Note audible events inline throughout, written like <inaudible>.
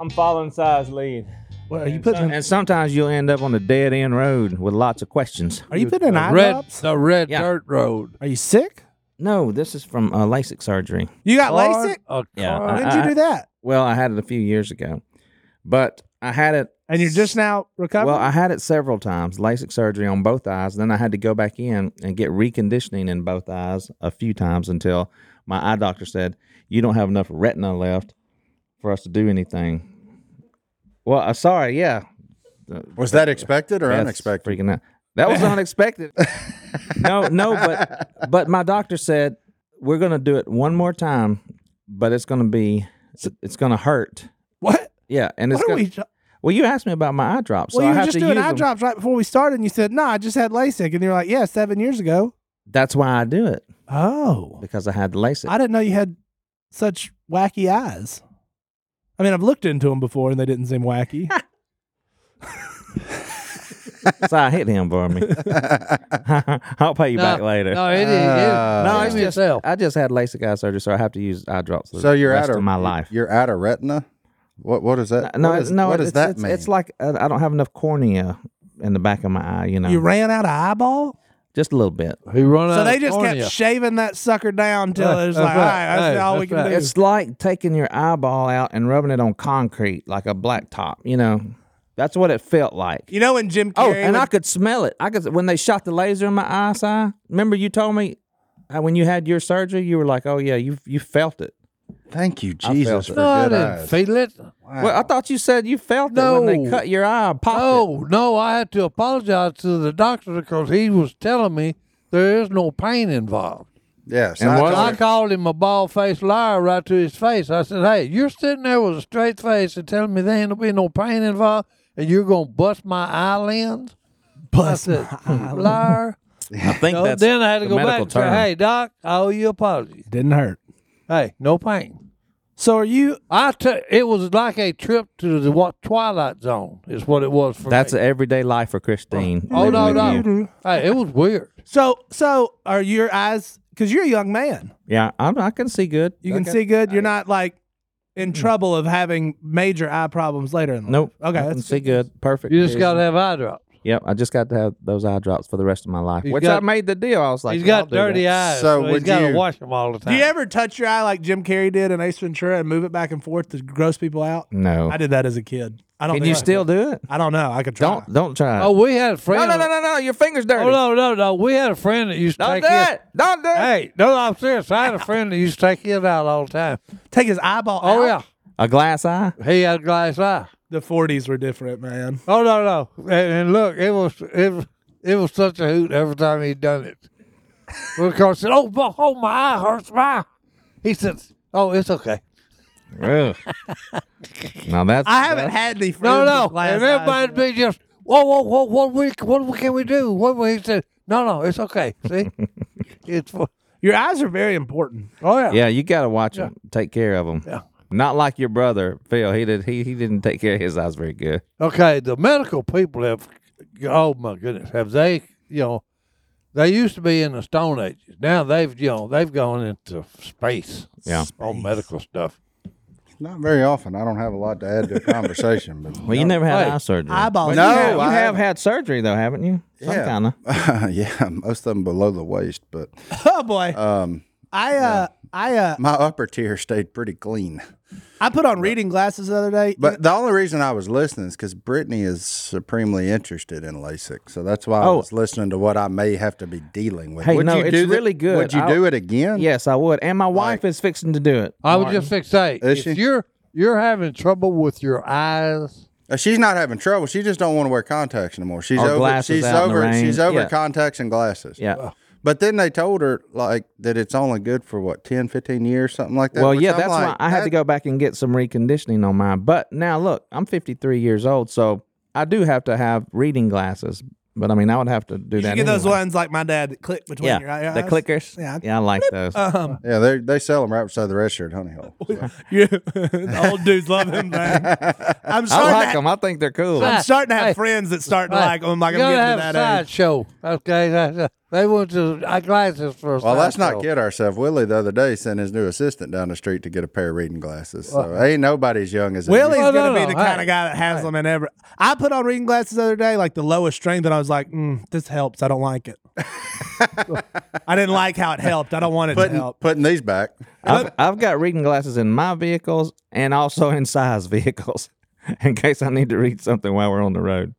I'm following Si's lead. Well, are you And putting some- an, And sometimes you'll end up on a dead end road with lots of questions. are you putting an eye Red, drops? the red Yeah. dirt road. Are you sick? No, this is from uh, LASIK surgery. You got Hard LASIK? A Yeah, car. When I- did Oh, you do that? Well, I had it a few years ago, but I had it. And you're just now recovering. Well, I had it several times, LASIK surgery on both eyes. Then I had to go back in and get reconditioning in both eyes a few times until my eye doctor said, You don't have enough retina left for us to do anything. Well, uh, sorry, yeah. Uh, Was that expected or That's unexpected? Freaking out. That <laughs> was unexpected. no, no, but but my doctor said we're gonna do it one more time, but it's gonna be it's gonna hurt. <laughs> what? Yeah, and it's What are gonna, we? Well, well, you asked me about my eye drops. so you I were have just to doing use eye them. drops right before we started, and you said, "No, I just had LASIK," and you're like, "Yeah, seven years ago." That's why I do it Oh, because I had the LASIK. I didn't know you had such wacky eyes. I mean, I've looked into them before, and they didn't seem <laughs> wacky. so I hit him for <laughs> me. <laughs> Oh, I'll pay you No, back later. No, it is. Uh, no, No, it's it's just- yourself. I just had LASIK eye surgery, so I have to use eye drops. The so you're rest out of of my life. Uh, You're out of retina. What what is that? no, what is, no, What does it's, that it's, mean? It's like uh, I don't have enough cornea in the back of my eye. You know, you ran out of eyeball, just a little bit. He run out so they of just cornea. kept shaving that sucker down till Right, it was that's like, right, "All right, that's right, all we that's can right. do." It's like taking your eyeball out and rubbing it on concrete like a blacktop. You know, that's what it felt like. you know when Jim Oh, Carrey and would- I could smell it. I could when they shot the laser in my eye. Si, remember you told me uh, when you had your surgery, you were like, "Oh yeah, you you felt it." Thank you, felt Jesus, it. for no, I good didn't eyes. feel it. Well, I thought you said you felt it when No. they cut your eye, and popped it. No, Oh, no, I had to apologize to the doctor because he was telling me there is no pain involved. Yes, And I what- Well, I told her- called him a bald faced liar right to his face. I said, Hey, you're sitting there with a straight face and telling me there ain't gonna be no pain involved and you're gonna bust my eye lens? Bust I said, liar. I think No, that's then I had to the go back medical and say, term. Hey doc, I owe you apologies. didn't hurt. Hey, no pain. So are you? I took it was like a trip to the what twilight zone is what it was for that's me. an everyday life for Christine. Oh no living with you. no! Hey, it was weird. So so are your eyes? Because you're a young man, Yeah, I'm, I can see good. you can see good. You're not like in trouble of having major eye problems later in life. Hmm. Nope. Okay, I can that's- see good. Perfect. You just vision. got to have eye drops. Yep, I just got to have those eye drops for the rest of my life, He's which got- I made the deal. I was like, he's "I'll got do that." dirty eyes, So so, he's would got to you- wash them all the time. Do you ever touch your eye like Jim Carrey did in Ace Ventura and move it back and forth to gross people out? No. I did that as a kid. I don't. Can think you I- still do it? I don't know. I could try. Don't don't try. it. Oh, we had a friend. no, no, no, no, no! Your fingers dirty. Oh no, no, no! We had a friend that used to Don't take do his. it! Don't do it! Hey, no, I'm serious. I had a friend that used to take his out all the time. Take his eyeball. Oh out? yeah, A glass eye. he had glass eye. The forties were different, man. Oh no, no! And, and look, it was it was it was such a hoot every time he done it. Because said, "Oh, bo- oh, my eye hurts, my." eye." He said, "Oh, it's okay." Ugh. <laughs> now that's I haven't had any. No, friends no, with glass and eyes, everybody'd though. be just, "Whoa, whoa, whoa! What we what can we do?" What we he said, "No, no, it's okay." <laughs> See, it's for Your eyes are very important. oh yeah. yeah. You gotta watch them. Take care of them. Yeah. Not like your brother Phil. He did. He he didn't take care of his eyes very good. Okay, the medical people have. Oh my goodness, have they? You know, they used to be in the Stone Ages. Now they've you know they've gone into space. Yeah. on medical stuff. not very often. I don't have a lot to add to a conversation, but Well, you never had Hey, eye surgery. Eyeballs. You No, have, you have I haven't. had surgery though, haven't you? Some Yeah. kind of. <laughs> yeah, most of them below the waist, but <laughs> Oh boy. um, I uh I uh my upper tier stayed pretty clean. I put on reading glasses the other day. But the only reason I was listening is because Brittany is supremely interested in LASIK, so that's why I Oh. was listening to what I may have to be dealing with. Hey, would no, you it's do that- really good. Would you I'll- do it again? Yes, I would. And my wife is fixing to do it. I would just fix say Is if she? you're you're having trouble with your eyes. Uh, She's not having trouble. She just don't want to wear contacts anymore. She's Or over. glasses she's out in the over. rain. She's over Yeah. contacts and glasses. Yeah. But then they told her like that it's only good for what 10, 15 years, something like that. Well, which yeah, I'm that's why like, I had to that- go back and get some reconditioning on mine. But now look, I'm 53 years old, so I do have to have reading glasses. But I mean, I would have to do you that. should get those anyway. ones like my dad that click between your Yeah, eyes. the <laughs> clickers. Yeah. Yeah, I like those. Um, Yeah, they they sell them right beside the red shirt honey <laughs> hole. So. you, the old dudes love him, man. I'm I starting, like to, them. I think they're cool. I'm starting to have Hey. friends that start to Hey. like him. Like I'm you gotta getting have to a that age. sideshow. Okay, that's a- They went to eyeglasses first. Well, let's not hospital. kid ourselves. Willie the other day sent his new assistant down the street to get a pair of reading glasses. So ain't nobody as young as Willie's Well, no, gonna be no, the hey, kind of guy that has them in every. I put on reading glasses the other day, like the lowest strength, and I was like, mm, "This helps. I don't <laughs> like it. I didn't like how it helped. I don't want it to putting help." putting these back. I've, I've got reading glasses in my vehicles and also in size <laughs> vehicles in case I need to read something while we're on the road.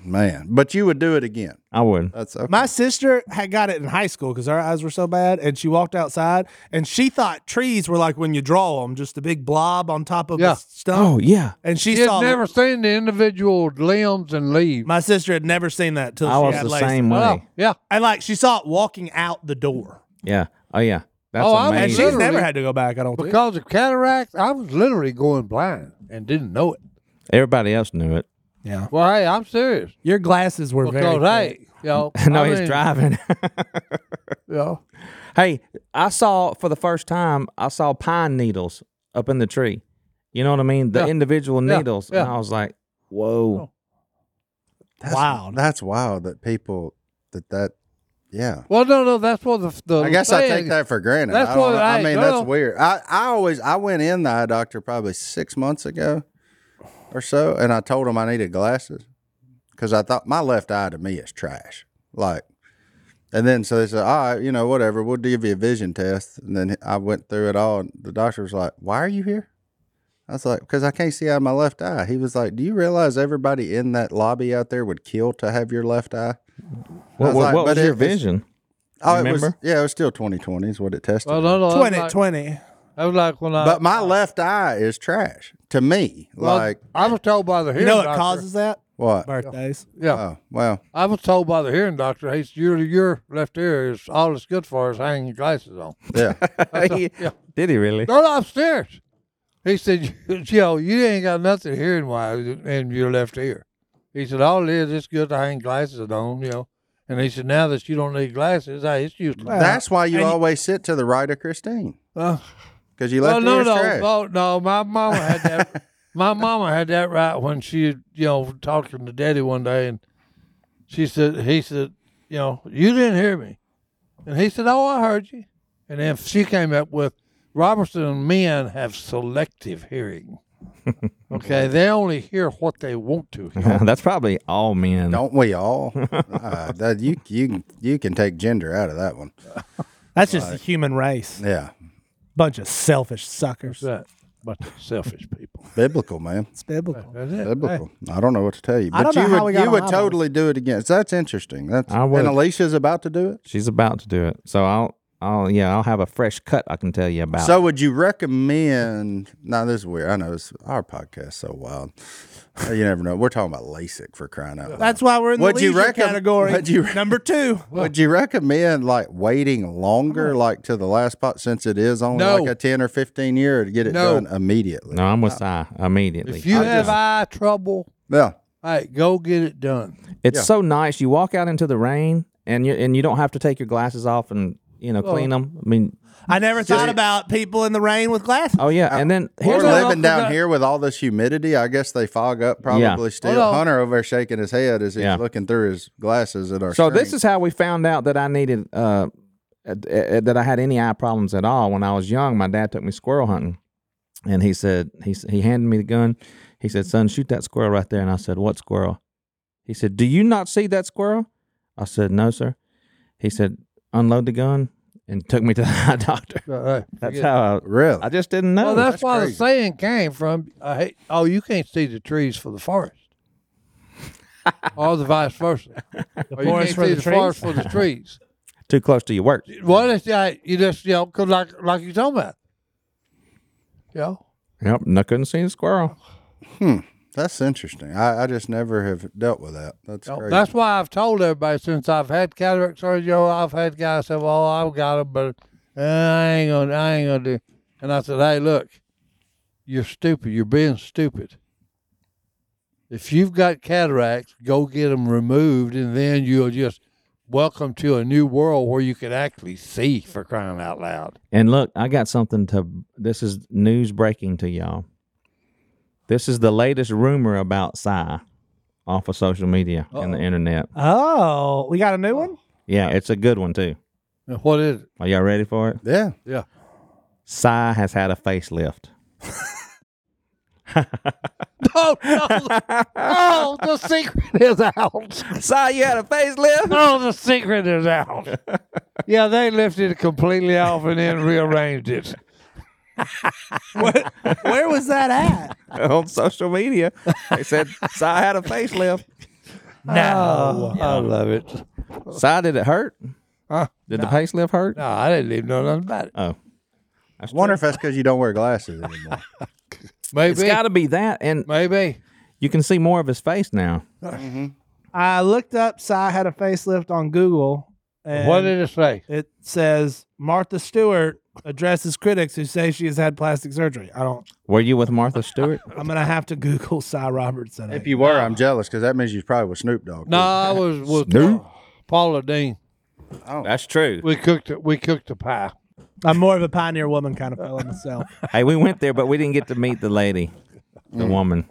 Man, but you would do it again. I wouldn't. That's okay. My sister had got it in high school because her eyes were so bad, and she walked outside and she thought trees were like when you draw them, just a big blob on top of Yeah. a stump. Oh, yeah. And she She had saw never seen the individual limbs and leaves. my sister had never seen that till I she was had the LASIK. same way. Wow. Yeah. And like she saw it walking out the door, Yeah. Oh, yeah. That's Oh, I was and amazing. she's literally- never had to go back. I don't think. Because of cataracts, I was literally going blind and didn't know it. Everybody else knew it. <laughs> Yeah, Well, hey, I'm serious. your glasses were very. Because, thick. hey, you <laughs> know, no, I he's mean, driving. <laughs> You know, hey, I saw for the first time, I saw pine needles up in the tree. You know what I mean? The Yeah. individual Yeah. needles. And Yeah. Oh. I was like, whoa. That's, Wild. That's wild that people that that yeah. well, no, no, that's what the. the I guess I saying- take that for granted. That's I, don't- what I- I mean. well- That's weird. I, I always I went in the eye doctor probably six months ago or so, and I told him I needed glasses because I thought my left eye to me is trash. Like, and then so they said, all right, you know, whatever, we'll give you a vision test. And then I went through it all, and the doctor was like, "Why are you here?" I was like, "Because I can't see out of my left eye." He was like, "Do you realize everybody in that lobby out there would kill to have your left eye?" What, what, was like, what but was your it- it's- <laughs> vision? Oh, You it was, remember? yeah, it was still 2020 is what it tested. Well, no, no, that was like- 2020. that was like when I. But my left eye is trash to me. well, like I was told by the You hearing know what doctor. causes that? what? Birthdays. Yeah. Oh well, I was told by the hearing doctor, hey, your, your left ear is all it's good for is hanging your glasses on. <laughs> yeah. He- <laughs> Did he really? <laughs> No, no, I'm serious. He said, <laughs> you know, you ain't got nothing hearing wise in your left ear. He said, all it is, it's good to hang glasses on, you know. And he said, now that you don't need glasses, hey, it's useless. That's why you and- always sit to the right of Christine Uh, because you left well, no, ear's no, trash. no, no. My mama had that. my mama had that right when she, you know, talking to daddy one day, and she said, he said, you know, you didn't hear me, and he said, oh, I heard you, and then she came up with, Robertson and men have selective hearing. Okay, they only hear what they want to hear. That's probably all men. Don't we <laughs> all? uh, that you you you can take gender out of that one. That's just the human race. Yeah, Bunch of selfish suckers. That, but selfish people. biblical man, <laughs> It's biblical. That's it. Hey, biblical. I don't know what to tell you, I but don't you know how we would got you on would eyeballs. totally do it again. So that's interesting. That's I would. and Alicia's about to do it. She's about to do it. So I'll, I'll, yeah, I'll have a fresh cut I can tell you about. So would you recommend? Now this is weird. I know it's our podcast so wild. Uh, You never know. We're talking about LASIK for crying out loud. That's why we're in the Would you leisure reckon- category. would you- Number two. Would you recommend like waiting longer, like to the last spot, since it is only No. like a ten or fifteen year to get it No. done immediately? no, I'm with I immediately. Uh, If you I have just- eye trouble, Yeah, hey, go get it done. It's Yeah. so nice. You walk out into the rain, and you and you don't have to take your glasses off and you know clean them. I mean, I never thought about people in the rain with glasses. oh yeah. And then we're here's what I living also down got- here with all this humidity. I guess they fog up probably still. Hold on. Hunter over there shaking his head as he's Yeah. looking through his glasses at our. so this screen. is how we found out that I needed uh, uh, uh, that I had any eye problems at all when I was young. My dad took me squirrel hunting, and he said he s- he handed me the gun. He said, "Son, shoot that squirrel right there." And I said, "What squirrel?" He said, "Do you not see that squirrel?" I said, "No, sir." He said, "Unload the gun." And took me to <laughs> the eye doctor. Uh, hey, That's forget- how really I, I just didn't know. well, that's, that's why crazy. the saying came from, uh, hey, oh, you can't see the trees for the forest. or the vice versa. or you forest can't for see the the, forest for trees? the trees. Too close to your work. What is that? You just, you know, 'cause like, like you're talking about. You know? Yep, and I couldn't see the squirrel. that's interesting. I, I just never have dealt with that. That's You know, crazy. That's why I've told everybody since I've had cataract surgery, you know, I've had guys say, well, I've got it, but uh, I ain't going to, I ain't going to do. And I said, hey, look, you're stupid. You're being stupid. If you've got cataracts, go get them removed, and then you'll just welcome to a new world where you can actually see for crying out loud. And look, I got something to. This is news breaking to y'all. This is the latest rumor about Psy off of social media and the internet. Oh, we got a new one? Yeah, it's a good one too. And what is it? Are y'all ready for it? Yeah. <laughs> Psy has had a facelift. No, Oh, <laughs> no, no, the secret is out. <laughs> Psy, you had a facelift? No, the secret is out. <laughs> Yeah, they lifted it completely off and then rearranged it. Where, where was that at? <laughs> On social media, they said Psy had a <laughs> facelift. <laughs> No, Oh, I love it. Psy, did it hurt? Huh? Did the facelift hurt? No, I didn't even know nothing about it. Oh, I wonder if that's because you don't wear glasses anymore. Maybe, it's got to be that, and maybe. you can see more of his face now. <laughs> I looked up Psy had a facelift on Google. And What did it say? It says Martha Stewart addresses critics who say she has had plastic surgery. I don't. Were you with Martha Stewart? I'm gonna have to Google Cy Robertson. if you were, I'm jealous because that means you probably was Snoop Dogg. No, I was with Snoop. Paula Dean. <laughs> That's true. We cooked it. We cooked the pie. I'm more of a pioneer woman kind of fellow myself. hey, we went there, but we didn't get to meet the lady, the Mm. woman.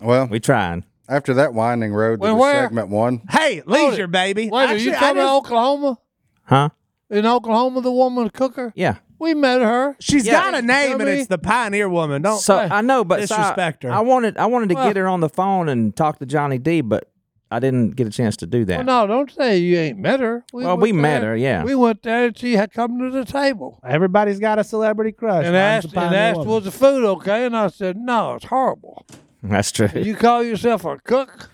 Well, We tried. after that winding road, Well, that was where- segment one. <laughs> hey, leisure, baby. Wait, are you Actually, I talking just- about Oklahoma? Huh? In Oklahoma, the woman cooker? Yeah. We met her. She's Yeah. got a name, and Dummy. it's the pioneer woman. Oh, Don't. So I know, but so I- disrespect her. I wanted, I wanted to Well- get her on the phone and talk to Johnny D, but I didn't get a chance to do that. Well, no, don't say you ain't met her. Well, went we met there- her, yeah. We went there and she had come to the table Everybody's got a celebrity crush. and Mine's asked, the and pioneer asked woman. was the food okay? And I said, no, it's horrible. That's true. You call yourself a cook?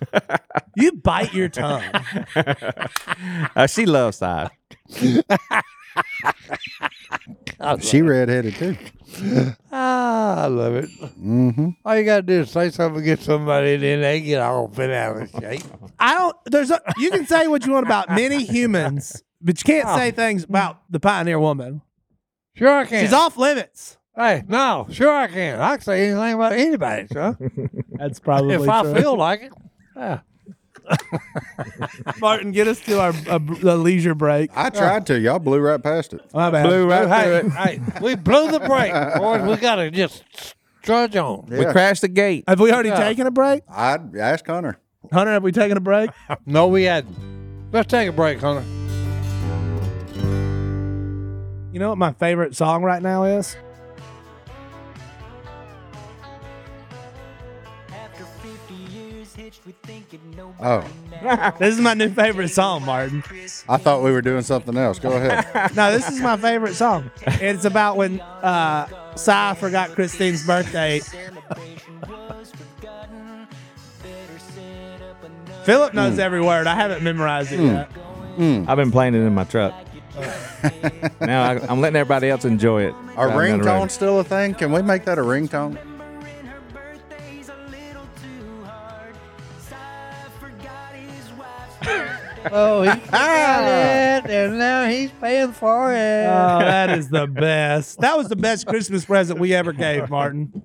you bite your tongue. <laughs> Uh, she loves side. She redheaded too. Ah, I love it. Mm-hmm. All you got to do is say something against somebody and then they get all bent out of shape. I don't. There's. A, you can say what you want about <laughs> many humans, but you can't say things about the pioneer woman. Sure I can. She's off limits. hey, no, sure I can. I can say anything about anybody, <laughs> sir. That's probably if I feel like it. Yeah. Martin, get us to our a, a leisure break. I tried to. Y'all blew right past it. My bad. Well, <laughs> hey, hey, we blew the break, boys. We gotta just trudge on. We Yeah. crashed the gate. Have we already Yeah. taken a break? I'd ask Hunter. Hunter, have we taken a break? No, we hadn't. Let's take a break, Hunter. You know what my favorite song right now <laughs> is? After 50 years hitched with thinking nobody Uh. Oh. now. This is my new favorite song, Martin. I thought we were doing something else. Go <laughs> ahead. No, this is my favorite song. It's about when uh Cy forgot Christine's birthday. <laughs> Celebration was forgotten. Better set up another Philip Hmm. knows every word. I haven't memorized it yet. I've been playing it in my <laughs> truck. now I, I'm letting everybody else enjoy it. Are Driving down the road. ringtones still a thing? Can we make that a ringtone? <laughs> remembering her birthday's a little too hard. Sigh forgot his wife's <laughs> birthday. Oh, <laughs> he got it, and now he's paying for it. Oh, that is the best. That was the best Christmas present we ever gave, Martin.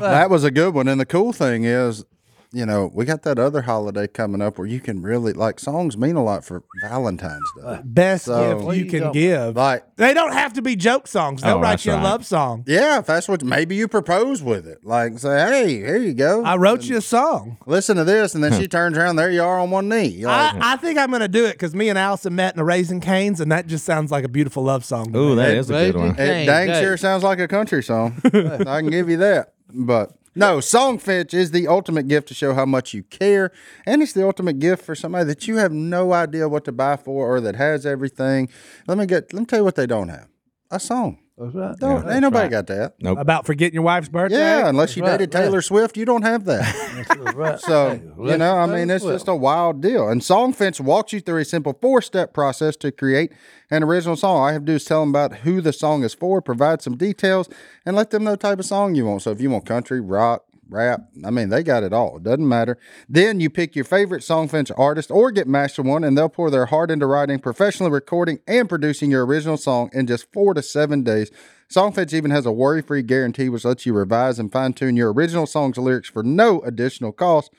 That was a good one. And the cool thing is, you know, we got that other holiday coming up where you can really like songs mean a lot for Valentine's Day. Best So- gift you can give. Like, They don't have to be joke songs. They'll Oh, write that's you a right. love song. yeah, if that's what maybe you propose with it. Like, say, hey, here you go. I wrote you a song. Listen to this, and then she turns around. There you are on one knee. Like, I, I think I'm gonna do it because me and Allison met in a Raising Canes, and that just sounds like a beautiful love song. to me. Ooh, that is a good Raging- one. it Dang, dang dang. sure sounds like a <laughs> country song. I can give you that. But no, song fetch is the ultimate gift to show how much you care, and it's the ultimate gift for somebody that you have no idea what to buy for or that has everything. Let me get. Let me tell you what they don't have. A song. What's that? Don't, ain't nobody got that. About forgetting your wife's birthday. Yeah, unless you dated right. Taylor Swift, you don't have <laughs> that. So, you know, I mean, it's just a wild deal. And Songfence walks you through a simple four step process to create an original song. All I have to do is tell them about who the song is for, provide some details, and let them know the type of song you want. So, if you want country, rock, rap, I mean, they got it all. It doesn't matter. Then you pick your favorite Songfence artist or get matched to one, and they'll pour their heart into writing, professionally recording, and producing your original song in just four to seven days. Songfetch even has a worry free guarantee, which lets you revise and fine tune your original song's lyrics for no additional cost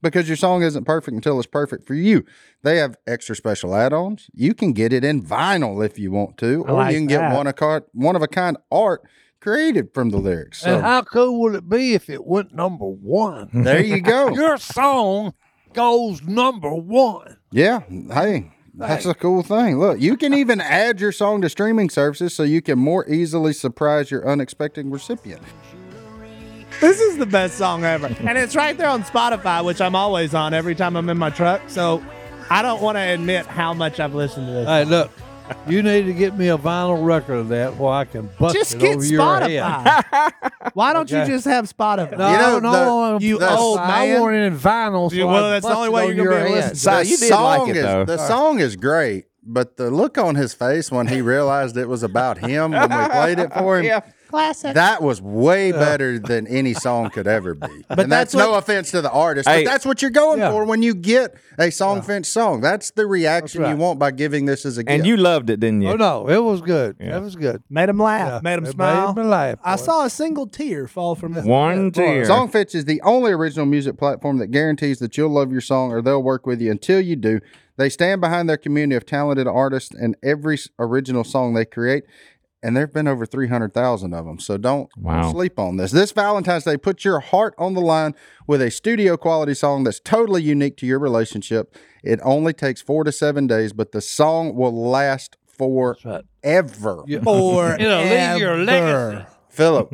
because your song isn't perfect until it's perfect for you. They have extra special add-ons. You can get it in vinyl if you want to, or like you can get that. one of car- one of a kind art created from the lyrics. And So how cool would it be if it went number one? <laughs> there you go. Your song goes number one. yeah. Hey, thing. That's a cool thing. Look, you <laughs> can even add your song to streaming services so you can more easily surprise your unexpected recipient. This is the best song ever. And it's right there on Spotify, which I'm always on every time I'm in my truck. So I don't want to admit how much I've listened to this. Hey, look, you need to get me a vinyl record of that where I can bust just it get over your head. Spotify. <laughs> Why don't you Okay. just have Spotify? No, You know, no, the- I want you Spotify. old I man. want it in vinyl. So You- I well, that's the bust only it way on you're gonna be your able to head. listen to So you did song like it is, though. The song is great, but the look on his face when he realized it was about him when we played it for him. <laughs> Classic. That was way better than any song could <laughs> ever be. But and that's, that's what- no offense to the artist, Hey. but that's what you're going Yeah. for when you get a song fence song. That's the reaction That's right. you want by giving this as a gift. And you loved it, didn't you? Oh no, it was good. It was good. made him laugh. Yeah, made him it smile. made me laugh, I boy. saw a single tear fall from his. One tear. Songfetch is the only original music platform that guarantees that you'll love your song or they'll work with you until you do. They stand behind their community of talented artists and every s- original song they create. And there have been over 300,000 of them. So don't Wow. sleep on this. This Valentine's Day, put your heart on the line with a studio quality song that's totally unique to your relationship. It only takes four to seven days, but the song will last forever. <laughs> Forever. <laughs> It'll leave your legacy. <laughs> Philip,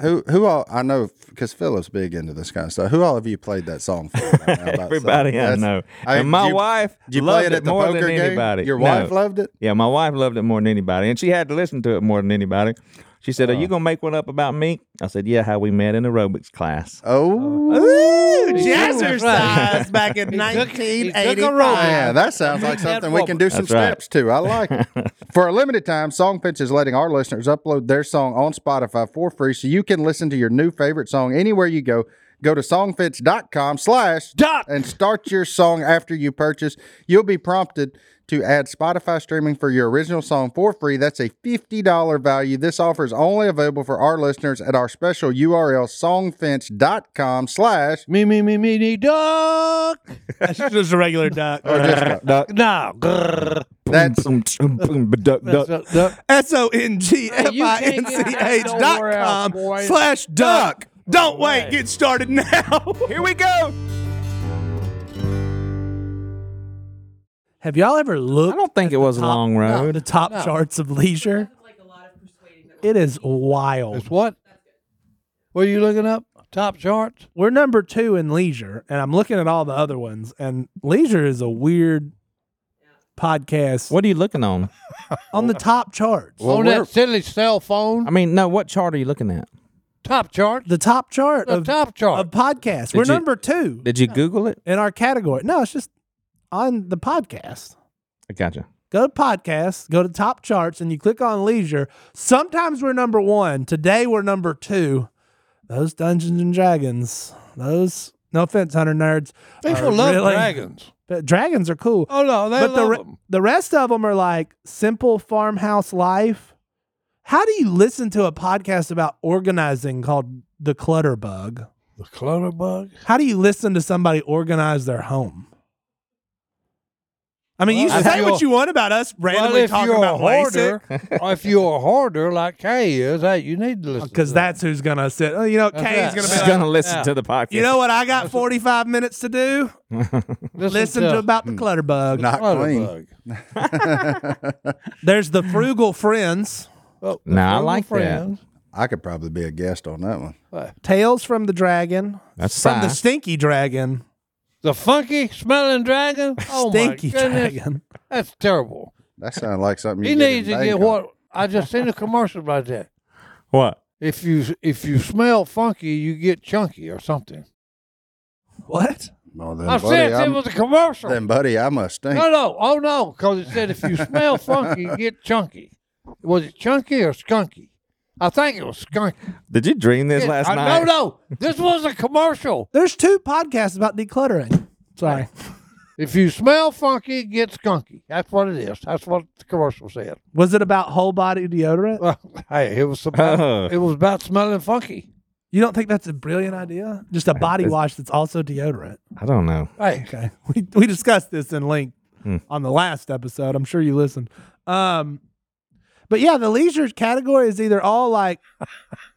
who who all I know because Philip's big into this kind of stuff. Who all of you played that song for? right now about something? Everybody I That's- know. I- and my you- wife did you loved play it at the more poker than game? anybody. Your No. wife loved it. Yeah, my wife loved it more than anybody, and she had to listen to it more than anybody. She said, "Are Oh. you gonna make one up about me?" I said, "Yeah, how we met in aerobics <laughs> class." Oh, Ooh, <laughs> That's right. jazzercise back in he took a roll. 1985. Oh, <laughs> yeah, that sounds like something we can do some That's right. steps to. I <laughs> like it. for a limited time, Songfetch is letting our listeners upload their song on Spotify for free, so you can listen to your new favorite song anywhere you go. Go to songfetch.com slash Dot. and start your song after you purchase. You'll be prompted to add Spotify streaming for your original song for free. That's a $50 value. This offer is only available for our listeners at our special URL, songfence.com slash. Me me me me me duck. That's just a regular duck. <laughs> No, grrr. That's Boom, boom, boom, ba-duck, That's duck. a duck. S O N G F I N C H dot nowhere else, com boy. slash duck. Don't wait. Get started now. <laughs> Here we go. Have y'all ever I looked don't think it was a long at road. the top charts of leisure? It is wild. It's what? What are you looking up? Top charts? We're number two in leisure, and I'm looking at all the other ones, and leisure is a weird podcast What are you looking on? on the top charts. Well, on we're- that silly cell phone? I mean, no. What chart are you looking at? top chart? The top chart The of, top chart. of podcasts. We're you- number two. Did you Google it? in our category. No, it's just on the podcast. I gotcha. Go to podcasts, go to top charts, and you click on leisure. Sometimes we're number one. Today we're number two. Those Dungeons and Dragons, those, no offense, Hunter nerds. People are love really- dragons. But dragons are cool. Oh no, they but the, love re- them. the rest of them are like simple farmhouse life. How do you listen to a podcast about organizing called The Clutter Bug? The clutter bug. How do you listen to somebody organize their home? I mean, Well, you if say you're- what you want about us Well, randomly if talking you're a about hoarder, hoarder, <laughs> or if you're a hoarder like Kay is, hey, you need to listen. because to that's who's gonna sit. Oh, you know, That's Kay's right. gonna be She's like, gonna listen yeah. to the podcast. you know what? I got forty five minutes to do. Listen to about Hmm. the clutter bug. Not clutter clean. bug. There's the frugal friends. Oh, the Nah, I Frugal like that. friends. I could probably be a guest on that one. Tales from the dragon. That's from the Si. stinky dragon. The funky <laughs> smelling dragon. Oh stinky my goodness, dragon. that's terrible. That sounds like something you he get in needs to Bangkok. get what I just seen a commercial about that. What? If you if you smell funky, you get chunky or something. What? Well, then, I buddy, said it I'm, was a commercial. then, buddy, I must stink. No, no, oh no, because it said if you smell funky, you get chunky. Was it chunky or skunky? I think it was skunky. Did you dream this last I- night? <laughs> No, no, this was a commercial. There's two podcasts about decluttering. Sorry. If you smell funky, get skunky. That's what it is. That's what the commercial said. Was it about whole body deodorant? Well, hey, it was about, <laughs> Oh. it was about smelling funky. You don't think that's a brilliant idea? Just a body wash that's also deodorant. I don't know. Hey, Okay. <laughs> We, we discussed this in length Hmm. on the last episode. I'm sure you listened. Um, but yeah, the leisure category is either all <laughs> like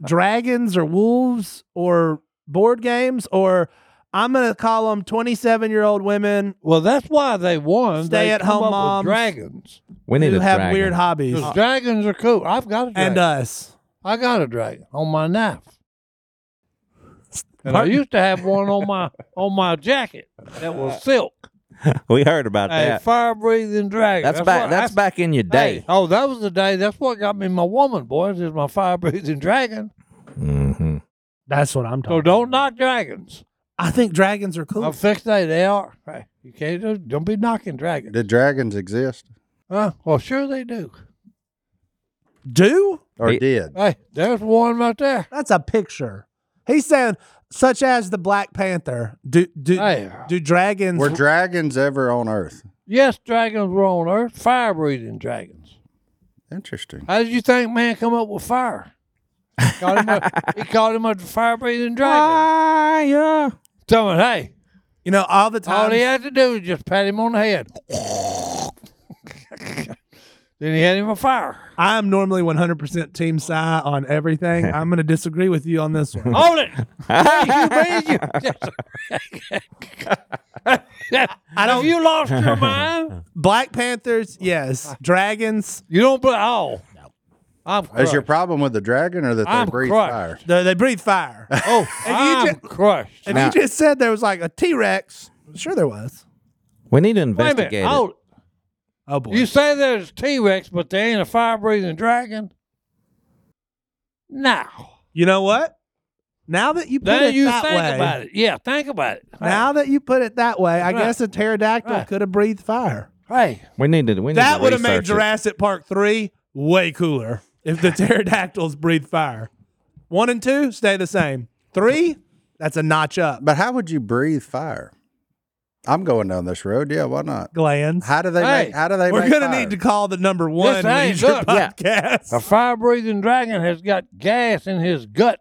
dragons or wolves or board games or I'm gonna call them 27 year old women Well, that's why they won. Stay They at home come up with moms. dragons. We need who to have weird hobbies 'Cause dragons are cool. I've got a dragon. and uh, us. I got a dragon on my knife. And I Pardon? used to have one on <laughs> my on my jacket that was silk. We heard about A that. fire breathing dragon. That's, what- back. That's back in your day. Hey, oh, that was the day. That's what got me my woman, boys. Is my fire breathing dragon. Mm-hmm. That's what I'm talking. So don't knock dragons. I think dragons are cool. I fixed that. They are. Hey, you can't. do- Don't be knocking dragons. Did dragons exist Huh? Well, sure they do. Do or He- did? Hey, there's one right there. that's a picture. He's saying such as the Black Panther. Do do Hey, do dragons? Were dragons ever on Earth? yes, dragons were on Earth. Fire breathing dragons. Interesting. How did you think man come up with fire? He called him <laughs> a, he called him a fire breathing dragon. Ah, yeah. Tell me, hey, you know all the all time. he had to do was just pat him on the head. <laughs> then he had him a fire. I am normally 100% team Psy on everything. I'm going to disagree with you on this <laughs> one. Hold it. Hey, you mean you? <laughs> I don't. Have you lost <laughs> your mind? Black Panthers, yes. Dragons, You don't play. Oh, no. I'm crushed. Is your problem with the dragon or that they I'm breathe crushed. fire? they, they breathe fire. oh, I'm just- crushed. And Now- you just said there was like a T Rex. Sure, there was. We need to Wait a investigate minute. it. Hold it. Oh, boy. You say there's T Rex, but there ain't a fire breathing dragon? No. You know what? Now that you put Then it you that think way, about it. Yeah, think about it. now that you put it that way, I Right. guess a pterodactyl Right. could have breathed fire. Hey, We need to. We need That to would have made research it. Jurassic Park 3 way cooler if <laughs> the pterodactyls breathed fire. One and two stay the same. Three, that's a notch up. But how would you breathe fire? I'm going down this road. Yeah, why not? Glands. How do they Hey, make? How do they? We're make gonna fire? need to call the number one Listen, hey, leisure look, yeah. podcast. a fire breathing dragon has got gas in his gut.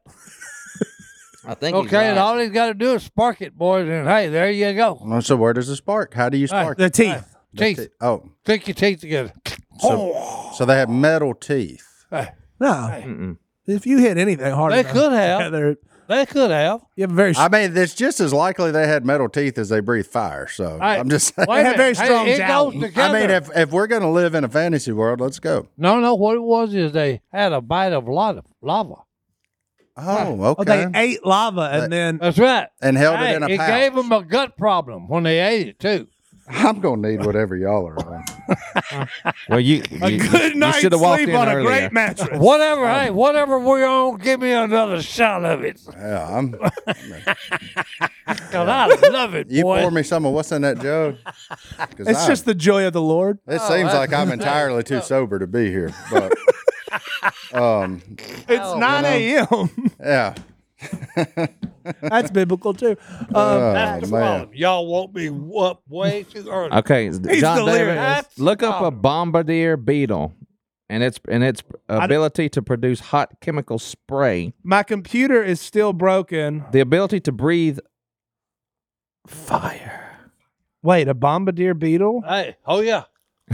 I think. he's Okay, and right. all he's got to do is spark it, boys, and hey, there you go. Well, Oh, So where does it spark? How do you Hey, spark? <laughs> The it? teeth. Teeth. Oh, Click your teeth together. so they have metal teeth. Hey, No, Mm-mm. if you hit anything hard, They enough, could have. yeah, they're- They could have. you have a very. I mean, it's just as likely they had metal teeth as they breathe fire. So Hey, I'm just saying. They wait <laughs> a have very minute. Hey, strong it jowls. goes together. I mean, if, if we're going to live in a fantasy world, let's go. no, no, what it was is they had a bite of lava. lava. Oh, Oh, okay. they ate lava and <laughs> then That's right. and held it in a it pouch. gave them a gut problem when they ate it too. I'm going to need whatever y'all are on. Well, you. a you, good you night's should have walked sleep in on a earlier. <laughs> great mattress. Whatever, hey, whatever we're on, give me another shot of it. Yeah, <laughs> I'm, Cause I love it, you boy. pour me some of what's in that <laughs> jug? 'Cause It's I'm- just the joy of the Lord. oh, It seems like I'm entirely too sober to be here. <laughs> But um, It's Oh, nine <laughs> a.m. yeah. That's biblical too. Um, Oh, That's the man. problem. Y'all won't be up way too early. Okay, John delirious. David. That's Look the up a problem. bombardier beetle, and its and its ability to produce hot chemical spray. my computer is still broken. The ability <laughs> to breathe fire. Wait, a bombardier beetle? Hey, oh yeah. <laughs>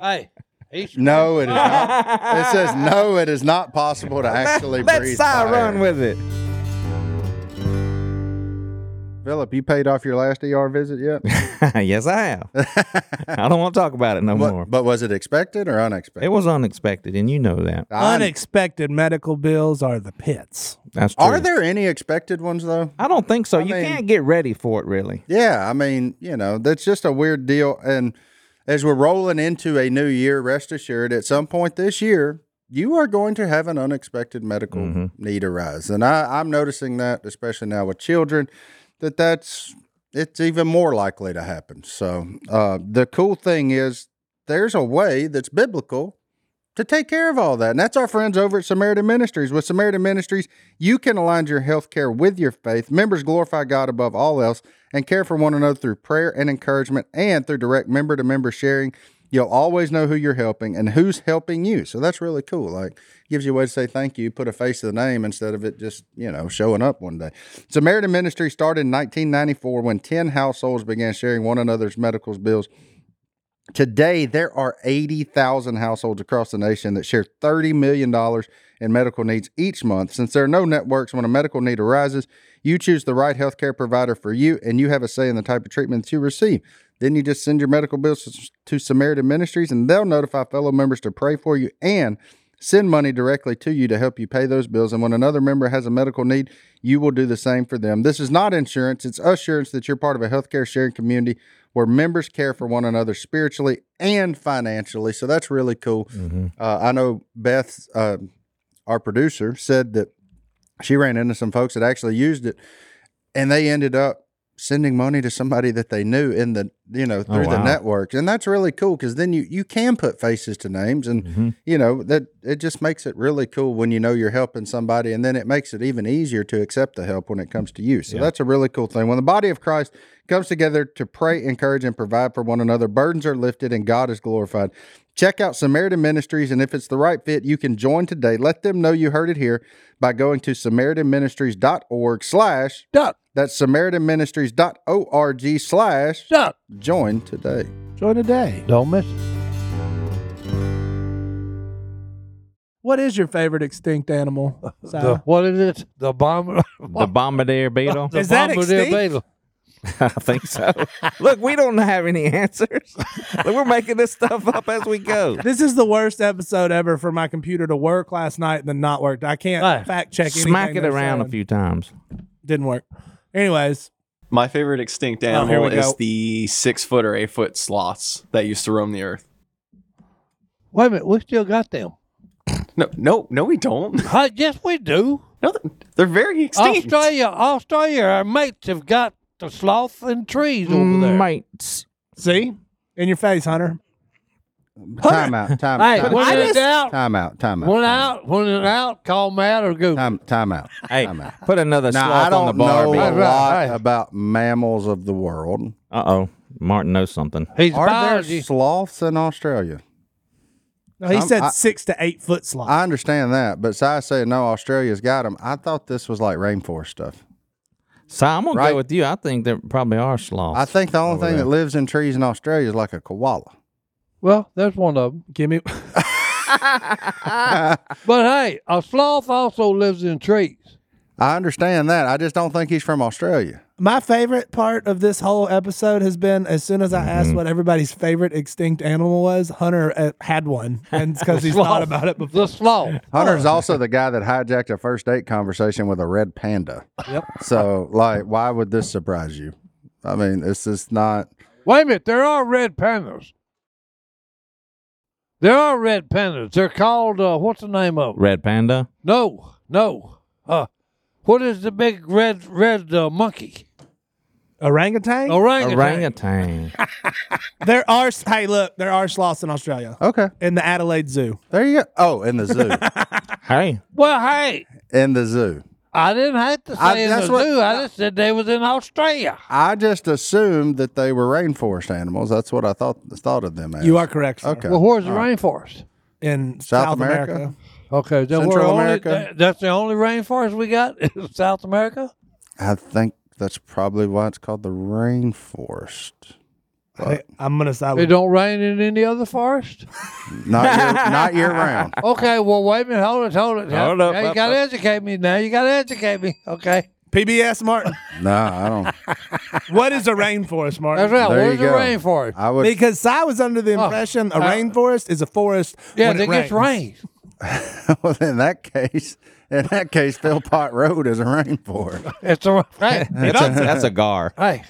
hey, he's No, it is not. It <laughs> says no, it is not possible to actually breathe. Let's fire. run with it. Philip, you paid off your last ER visit yet? <laughs> yes, I <laughs> have. I don't want to talk about it no more. but, but was it expected or It unexpected? was unexpected, and you know that. I'm- Unexpected medical bills are the pits. That's true. Are there any expected ones though? I don't think so. you mean- can't get ready for it, really. Yeah, I mean, you know, that's just a weird deal. And as we're rolling into a new year, rest assured, at some point this year, you are going to have an unexpected medical need arise. And I, I'm noticing that, especially now with children, that that's it's even more likely to happen. So uh, the cool thing is there's a way that's biblical to take care of all that. And that's our friends over at Samaritan Ministries. With Samaritan Ministries, you can align your health care with your faith. Members glorify God above all else and care for one another through prayer and encouragement and through direct member to member sharing. You'll always know who you're helping and who's helping you. So that's really cool. Like gives you a way to say thank you, put a face to the name instead of it just, you know, showing up one day. Samaritan Ministry started in 1994 when 10 households began sharing one another's medical bills Today, there are 80,000 households across the nation that share $30 million in medical needs each month. Since there are no networks, when a medical need arises, you choose the right healthcare provider for you and you have a say in the type of treatments you receive. Then you just send your medical bills to Samaritan Ministries and they'll notify fellow members to pray for you and send money directly to you to help you pay those bills. And when another member has a medical need, you will do the same for them. This is not insurance, it's assurance that you're part of a healthcare sharing community where members care for one another spiritually and financially. So that's really cool. Mm. Uh, I know Beth, uh, our producer, said that she ran into some folks that actually used it and they ended up sending money to somebody that they knew in the you know through the wow. networks and that's really cool because then you you can put faces to names and you know that it just makes it really cool when you know you're helping somebody and then it makes it even easier to accept the help when it comes to you so that's a really cool thing when the body of christ comes together to pray encourage and provide for one another burdens are lifted and god is glorified check out samaritan ministries and if it's the right fit you can join today let them know you heard it here by going to samaritanministries.org slash Duck, that's samaritanministries.org slash duck. join today Join today. Don't miss it. What is your favorite extinct animal? <laughs> Si? The, what is it? The bomb. <laughs> The <laughs> bombardier beetle. the Is that bombardier extinct? beetle. <laughs> I think so. Look, we don't have any answers. <laughs> Look, We're making this stuff up as we go. This is the worst episode ever for my computer to work last night and then not worked. I can't Right. fact check anything. Smack it they're around a saying. few times. Didn't work. Anyways, My favorite extinct Oh, here animal we go. is the six foot or eight foot sloths that used to roam the earth. Wait a minute. We still got them. No, no, no, we don't. <laughs> Huh, yes, we do. No, th- they're very extinct. Australia, Australia, our mates have got the sloth and trees over Mm, there. Mates. see in your face, Hunter. time out time, Hey, time, when it's out, time out time out when out, when it's out, call Matt or Google. time, <laughs> time out Hey, time out put another Now, sloth I on don't the bar. know a Right, lot right. about mammals of the world. Uh oh. Martin knows something. He's Are there biology. sloths in Australia? No, he I'm- said I- six to eight foot sloth. I understand that, but I say no, Australia's got them. I thought this was like rainforest stuff. So I'm going to Right. go with you. I think there probably are sloths. I think the only over thing there. that lives in trees in Australia is like a koala. Well, there's one of them. Give <laughs> <laughs> me. But hey, a sloth also lives in trees. I understand that. I just don't think he's from Australia. My favorite part of this whole episode has been as soon as I asked Mm-hmm. what everybody's favorite extinct animal was, Hunter uh, had one, and <laughs> because he's thought about it before. The sloth. Hunter's Oh. also the guy that hijacked a first date conversation with a red panda. Yep. So, like, why would this surprise you? I mean, this is not. Wait a minute, there are red pandas. There are red pandas. They're called uh, what's the name of? 'em? Red panda. No, no. Uh, what is the big red red uh, monkey? Orangutan. Orangutan. Orangutan. there are. s- Hey, look, there are sloths in Australia Okay. in the Adelaide Zoo. There you go. Oh, in <laughs> the zoo. hey. Well, hey, in the zoo. I didn't have to say I- in that's the what- zoo. I just said they was in Australia. I just assumed that they were rainforest animals. That's what I thought thought of them as. You are correct. sir. okay. Well, where's the rainforest? In South South, America? America. Okay, then we're Central only- America? that- that's the only rainforest we got <laughs> in South America. I think that's probably why it's called the rainforest. I, am gonna side It with don't rain in any other <laughs> forest. Not year, not <laughs> year round. Okay, well, wait a minute. Hold it, hold it. Hold now up, you up, got to up. educate me now. You got to educate me. Okay. PBS Martin. No, I don't. what is a <laughs> rainforest, That's Martin? right. There Where's the you go. rainforest? I would. Because I was under the impression a uh, rainforest is a forest. Yeah, when that it gets rains. rain. Well, <laughs> in that case, in that case, Philpot Road is a rainforest. <laughs> It's a hey, That's a, that's a gar. hey.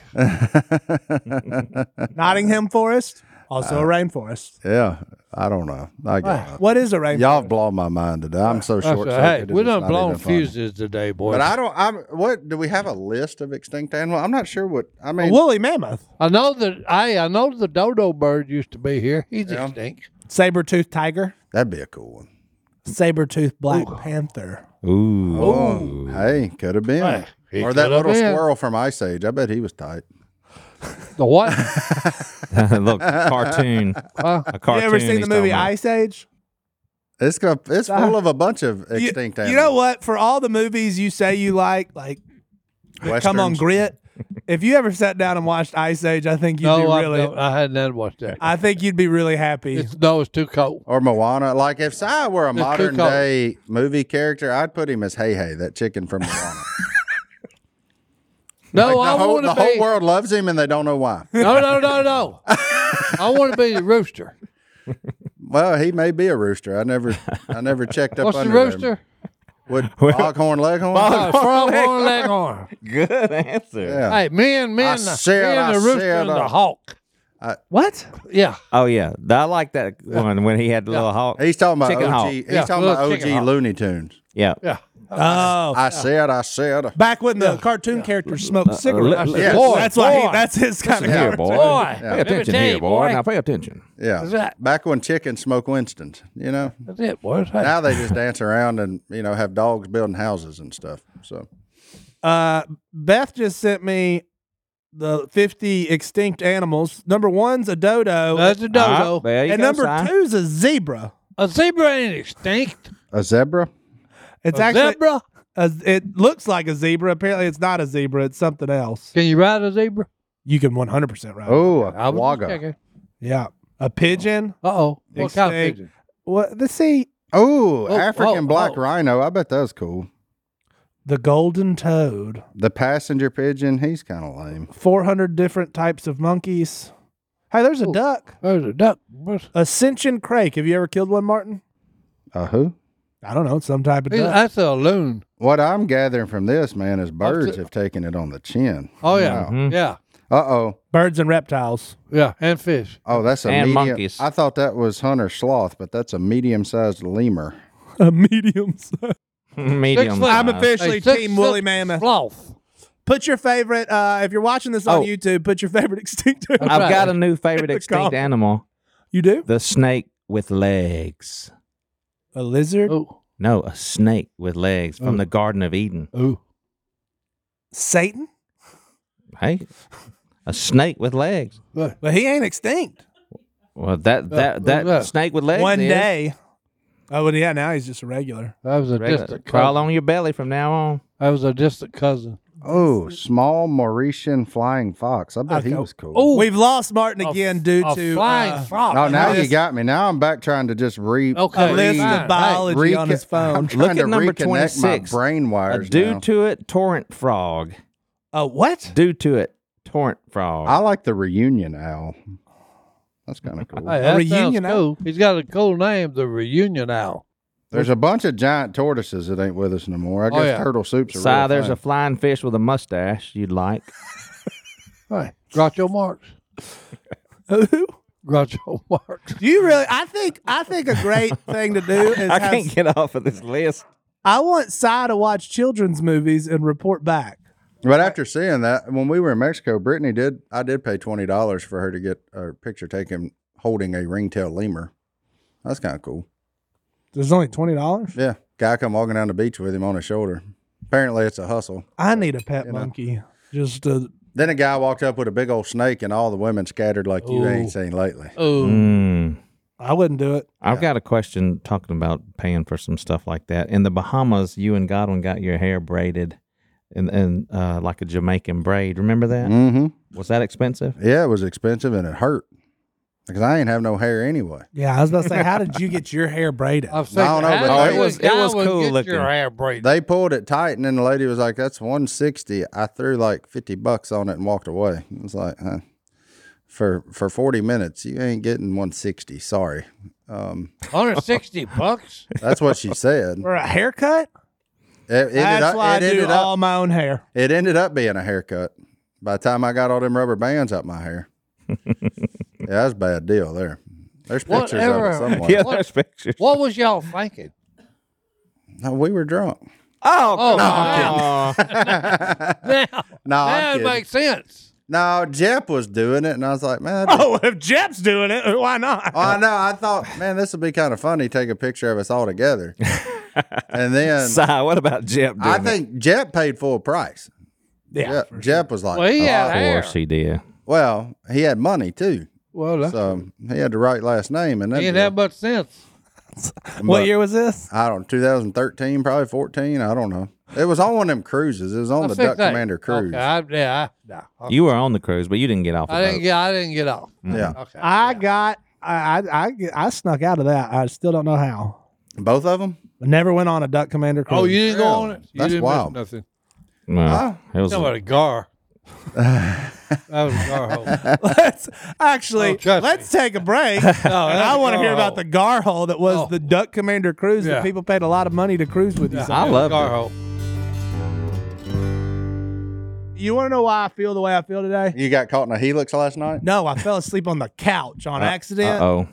Nottingham Forest, also a rainforest. Uh, Yeah, I don't know. I get it. What is a rainforest? Y'all have blown my mind today. I'm so That's short a- hey, sighted. we done blown fuses today, boy. But I, I don't. I'm. What do we have a list of extinct animals? I'm not sure what. I A mean, woolly mammoth, know that. I I know the dodo bird used to be here. He's Yeah. extinct. saber-toothed tiger, that'd be a cool one. saber-toothed black panther. Ooh. Oh, hey, could have been. he or that coulda little been. squirrel from Ice Age. I bet he was tight. <laughs> The what? <laughs> Look, cartoon. Huh? A cartoon. you ever seen he's the movie talking about. Ice Age? It's go, it's Ah. full of a bunch of You- extinct you, animals. know what? For all the movies you say you like, like Come On Westerns. Grit, <laughs> If you ever sat down and watched Ice Age, I think you'd no, be I, really. don't- I hadn't had watched that. I think you'd be really happy. it's, no, it's too cold. Or Moana. Like if Si were a It's too modern cold. day movie character, I'd put him as Hey Hey, that chicken <laughs> from Moana. No, Like, <laughs> the Oh, I whole, want the to be. whole world loves him and they don't know why. No, no, no, no. I want to be the rooster. Well, he may be a rooster. I never I never checked up What's the under rooster? Would <laughs> Foghorn Leghorn? Oh, Foghorn Leghorn. Good answer. Yeah. Hey, me and me I and the, said- me and the I rooster said, and the uh, hawk. What? Yeah, Oh yeah, I like that one when he had the little hawk. He's talking about Chicken OG. Hawk. He's Yeah, talking about little OG chicken hawk. Looney Tunes. Yeah. yeah. Oh, I said, I <laughs> said. uh, back when the cartoon character Uh, smoked cigarettes. Yeah. Boy, that's why. He, boy. that's his kind of. Here, character. boy. Boy, Pay let me attention tell you, here, boy. boy. Now pay attention. Yeah. That's right. Back when chickens smoke Winston's, you know? That's it, boy. That's right. Now they just dance around and, you know, have dogs building houses and stuff. So Uh, Beth just sent me the 50 extinct animals. Number one's a dodo, That's a Ah, dodo. there you and go, number Si. two's a zebra. a zebra ain't extinct. a zebra? It's a actually zebra. a, it looks like a zebra. Apparently, it's not a zebra. It's something else. Can you ride a zebra? You can 100 percent right. Oh, a I was just quagga. checking. Yeah, a pigeon. Uh oh. What kind of Extinct. pigeon? What? Let's see. Oh, Oh, African oh, black oh. rhino. I bet that was cool. The golden toad. The passenger pigeon, he's kind of lame. 400 different types of monkeys. Hey, there's a Ooh. duck. There's a duck. What's- Ascension crake. Have you ever killed one, Martin? Uh, who? I don't know. It's some type of He's- duck. That's a loon. What I'm gathering from this, man, is birds t- have taken it on the chin. Oh yeah, Mhm. yeah, Uh oh. Birds and reptiles. <laughs> yeah, and fish. Oh, that's a And medium. monkeys. I thought that was hunter sloth, but that's a medium sized lemur. A medium. <laughs> Medium. I'm I'm size. Hey, officially six- Team Woolly six- Mammoth. Sloth. Put your favorite, uh, if you're watching this on Oh. Uh, YouTube, put your favorite <laughs> extinct animal. I've got a new favorite <laughs> The extinct common. animal: You do? the snake with legs. A lizard? Oh, No, a snake with legs from Oh. the Garden of Eden. oh. Satan? Hey, a snake with legs. What? But he ain't extinct. Well, that that Uh, that look. snake with legs. one is. day. Oh, well, yeah, now he's just a regular. That was a Regular. distant Crawl cousin. on your belly from now on. That was a distant cousin. Oh, small Mauritian flying fox. I bet he Okay. was cool. Oh, We've lost Martin a- again due a to flying uh, fox. No, now yes. you got me. Now I'm back trying to just re. Okay. a list Fine. of Hey, biology on reca- his phone. I'm trying Look to at number reconnect my 26. brain A wires. due now. to it torrent frog. A what? <laughs> Due to it torrent frog. I like the reunion owl. That's kind of cool. Hey, that reunion reunion owl? cool. He's got a cool name, the reunion owl. There's a bunch of giant tortoises that ain't with us no more. I Oh, guess yeah. turtle soup's a Si, real there's thing. a flying fish with a mustache you'd like. Right. Groucho Marx. Who? Groucho Marx. Do you really? I think I think a great thing to do is <laughs> I have- can't get off of this list. I want Cy to watch children's movies and report back. But after seeing that, when we were in Mexico, Brittany did. I did pay twenty dollars for her to get her picture taken holding a ringtail lemur. That's kind of cool. There's only twenty dollars. Yeah, guy come walking down the beach with him on his shoulder. Apparently, it's a hustle. I need a pet You know. monkey. Just uh, to, Then a guy walked up with a big old snake, and all the women scattered like you Ooh. ain't seen lately. Oh, Mm. I wouldn't do it. I've got a question talking about paying for some stuff like that. In the Bahamas, you and Godwin got your hair braided and, and uh, like a Jamaican braid. Remember that? Mm-hmm. Was that expensive? <laughs> Yeah, it was expensive and it hurt because I ain't have no hair anyway. Yeah, I was about to say, how did you get your hair <laughs> braided? I've seen No, no, that. but How it did was- it was Godwin cool get looking. Your hair braided. They pulled it tight, and then the lady was like, "That's one sixty. I threw like fifty bucks on it and walked away. It was like, huh? for for forty minutes, you ain't getting one sixty. Sorry, um, 160 <laughs> bucks. that's what she <laughs> said. For a haircut? It, it ended That's up, why it I do ended all up my own hair. it ended up being a haircut. By the time I got all them rubber bands out my <laughs> hair, yeah, that's a bad deal there. There's pictures Whatever. of it somewhere. Yeah, What? there's pictures. What was <laughs> y'all thinking? No, we were drunk. Oh, Oh, come wow. on. Now, No, I'm now it kidding. makes sense. no, Jeff was doing it, and I was <laughs> like, man, that'd be <laughs> Oh, if Jeff's doing it, why not? Oh, I know. I thought, man, this would be kind of funny. Take a picture of us all together, and then Si, what about Jep? Doing I it? think Jep paid full price. yeah. Jep, Jep was like, "Oh, Well, he had Of hair. course he did. well, he had money too, Well, that's so he had the right last name. And that, He ain't that much sense. What year was this? I don't. 2013, probably 14. I don't know. It was on one of them cruises. It was on I the think Duck that- Commander cruise. Okay, I, yeah, I, Uh, no, You were on the cruise, but you didn't get off. The I didn't boat. get. I didn't get off. Yeah. Okay. I yeah. got I, I I I snuck out of that. I still don't know how. Both of them? I never went on a Duck Commander cruise. <laughs> Oh, you didn't go on it. You That's didn't wild. Miss nothing. No, Huh? it was. Somebody <laughs> gar. that was gar hole. let's actually Oh, trust let's take a <laughs> break. and I want to hear about the gar hole that was Oh. the Duck Commander cruise Yeah. that people paid a lot of money to cruise with you. Yeah, some- <laughs> I loved gar it. hole. You want to know why I feel the way I feel today? You got caught in a helix last night? No, I fell asleep on the couch on accident. Oh,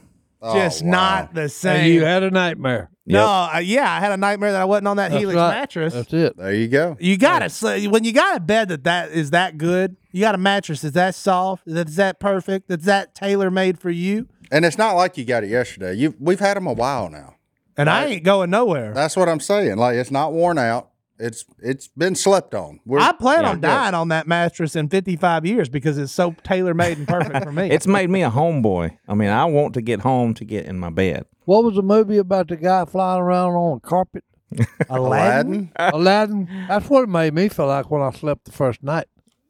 Just Oh, wow. not the And same. you had a nightmare. no, uh, yeah, I had a nightmare that I wasn't on that That's Helix right. mattress. That's it. There you go. You got to sl- when you got a bed that that is that good. You got a mattress that's that soft, that's that perfect, that's that tailor made for you. And it's not like you got it yesterday. You we've had them a while now. And I ain't going nowhere. That's what I'm saying. Like it's not worn out. It's it's been slept on. We're, I plan on good. dying on that mattress in 55 years because it's so tailor made and perfect for me. It's made me a homeboy. I mean, I want to get home to get in my bed. What was the movie about the guy flying around on <laughs> a carpet? Aladdin. Aladdin. That's what it made me feel like when I slept the first night.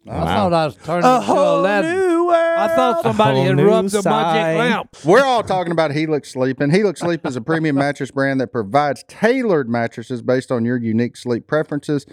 I Wow. thought I was turning A into whole Aladdin. new world. I thought somebody whole had new rubbed a side. magic lamp. We're all talking about Helix Sleep, and Helix Sleep is a premium mattress brand that provides tailored mattresses based on your unique sleep preferences.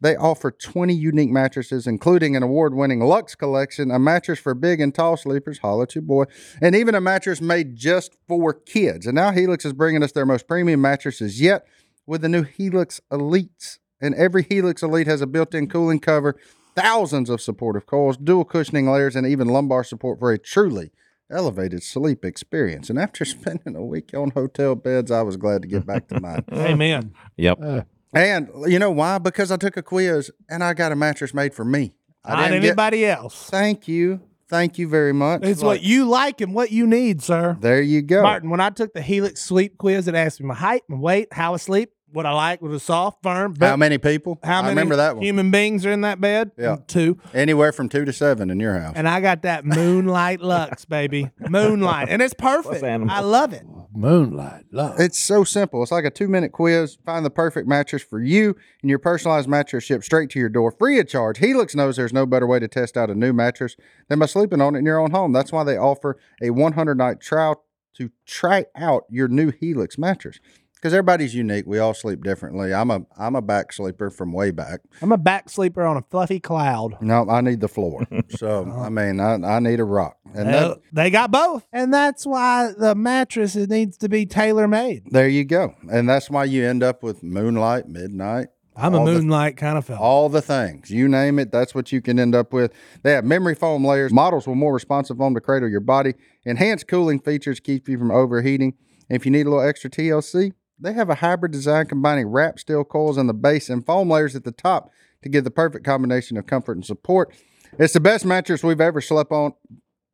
They offer 20 unique mattresses, including an award winning Lux collection, a mattress for big and tall sleepers, holla at your boy, and even a mattress made just for kids. And now Helix is bringing us their most premium mattresses yet with the new Helix Elites. And every Helix Elite has a built in cooling cover, thousands of supportive coils, dual cushioning layers, and even lumbar support for a truly elevated sleep experience. And after <laughs> spending a week on hotel beds, I was glad to get back <laughs> to mine. Amen. Yep. Uh, And you know why? Because I took a quiz and I got a mattress made for me. I Not didn't get- anybody else. Thank you. Thank you very much. It's what you like and what you need, sir. There you go. Martin, when I took the Helix sleep quiz, it asked me my height, my weight, how I sleep, what I like, was it soft, firm, How many people? how I many remember that one. human beings are in that bed? Mm, Yeah. Two. Anywhere from two to seven in your house. And I got that moonlight lux, baby. Moonlight. And it's perfect. animal? I love it. Moonlight, love. It's so simple. It's like a two minute quiz. Find the perfect mattress for you, and your personalized mattress shipped straight to your door free of charge. Helix knows there's no better way to test out a new mattress than by sleeping on it in your own home. That's why they offer a 100 night trial to try out your new Helix mattress. Because everybody's unique. We all sleep differently. I'm a I'm a back sleeper from way back. I'm a back sleeper on a fluffy cloud. No, I need the floor. So I mean, I, I need a rock. And that- Uh, they got both. And that's why the mattress it needs to be tailor made. there you go. And that's why you end up with moonlight, midnight, I'm All a the- moonlight kind of fella. all the things you name it that's what you can end up with they have memory foam layers models with more responsive foam to cradle your body enhanced cooling features keep you from overheating and if you need a little extra tlc they have a hybrid design combining wrap steel coils on the base and foam layers at the top to give the perfect combination of comfort and support it's the best mattress we've ever slept on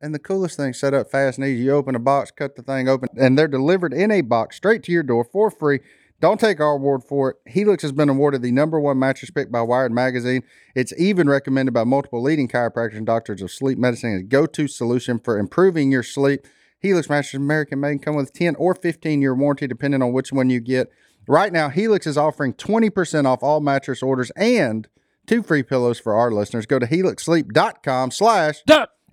and the coolest thing set up fast and easy. You open a box, cut the thing open, and they're delivered in a box straight to your door for free. Don't take our word for it. Helix has been awarded the number one mattress pick by Wired Magazine. It's even recommended by multiple leading chiropractors and doctors of sleep medicine as a go to solution for improving your sleep. Helix mattresses, American made, come with 10 or 15 year warranty, depending on which one you get. Right now, Helix is offering 20% off all mattress orders and two free pillows for our listeners. Go to helixsleep.com slash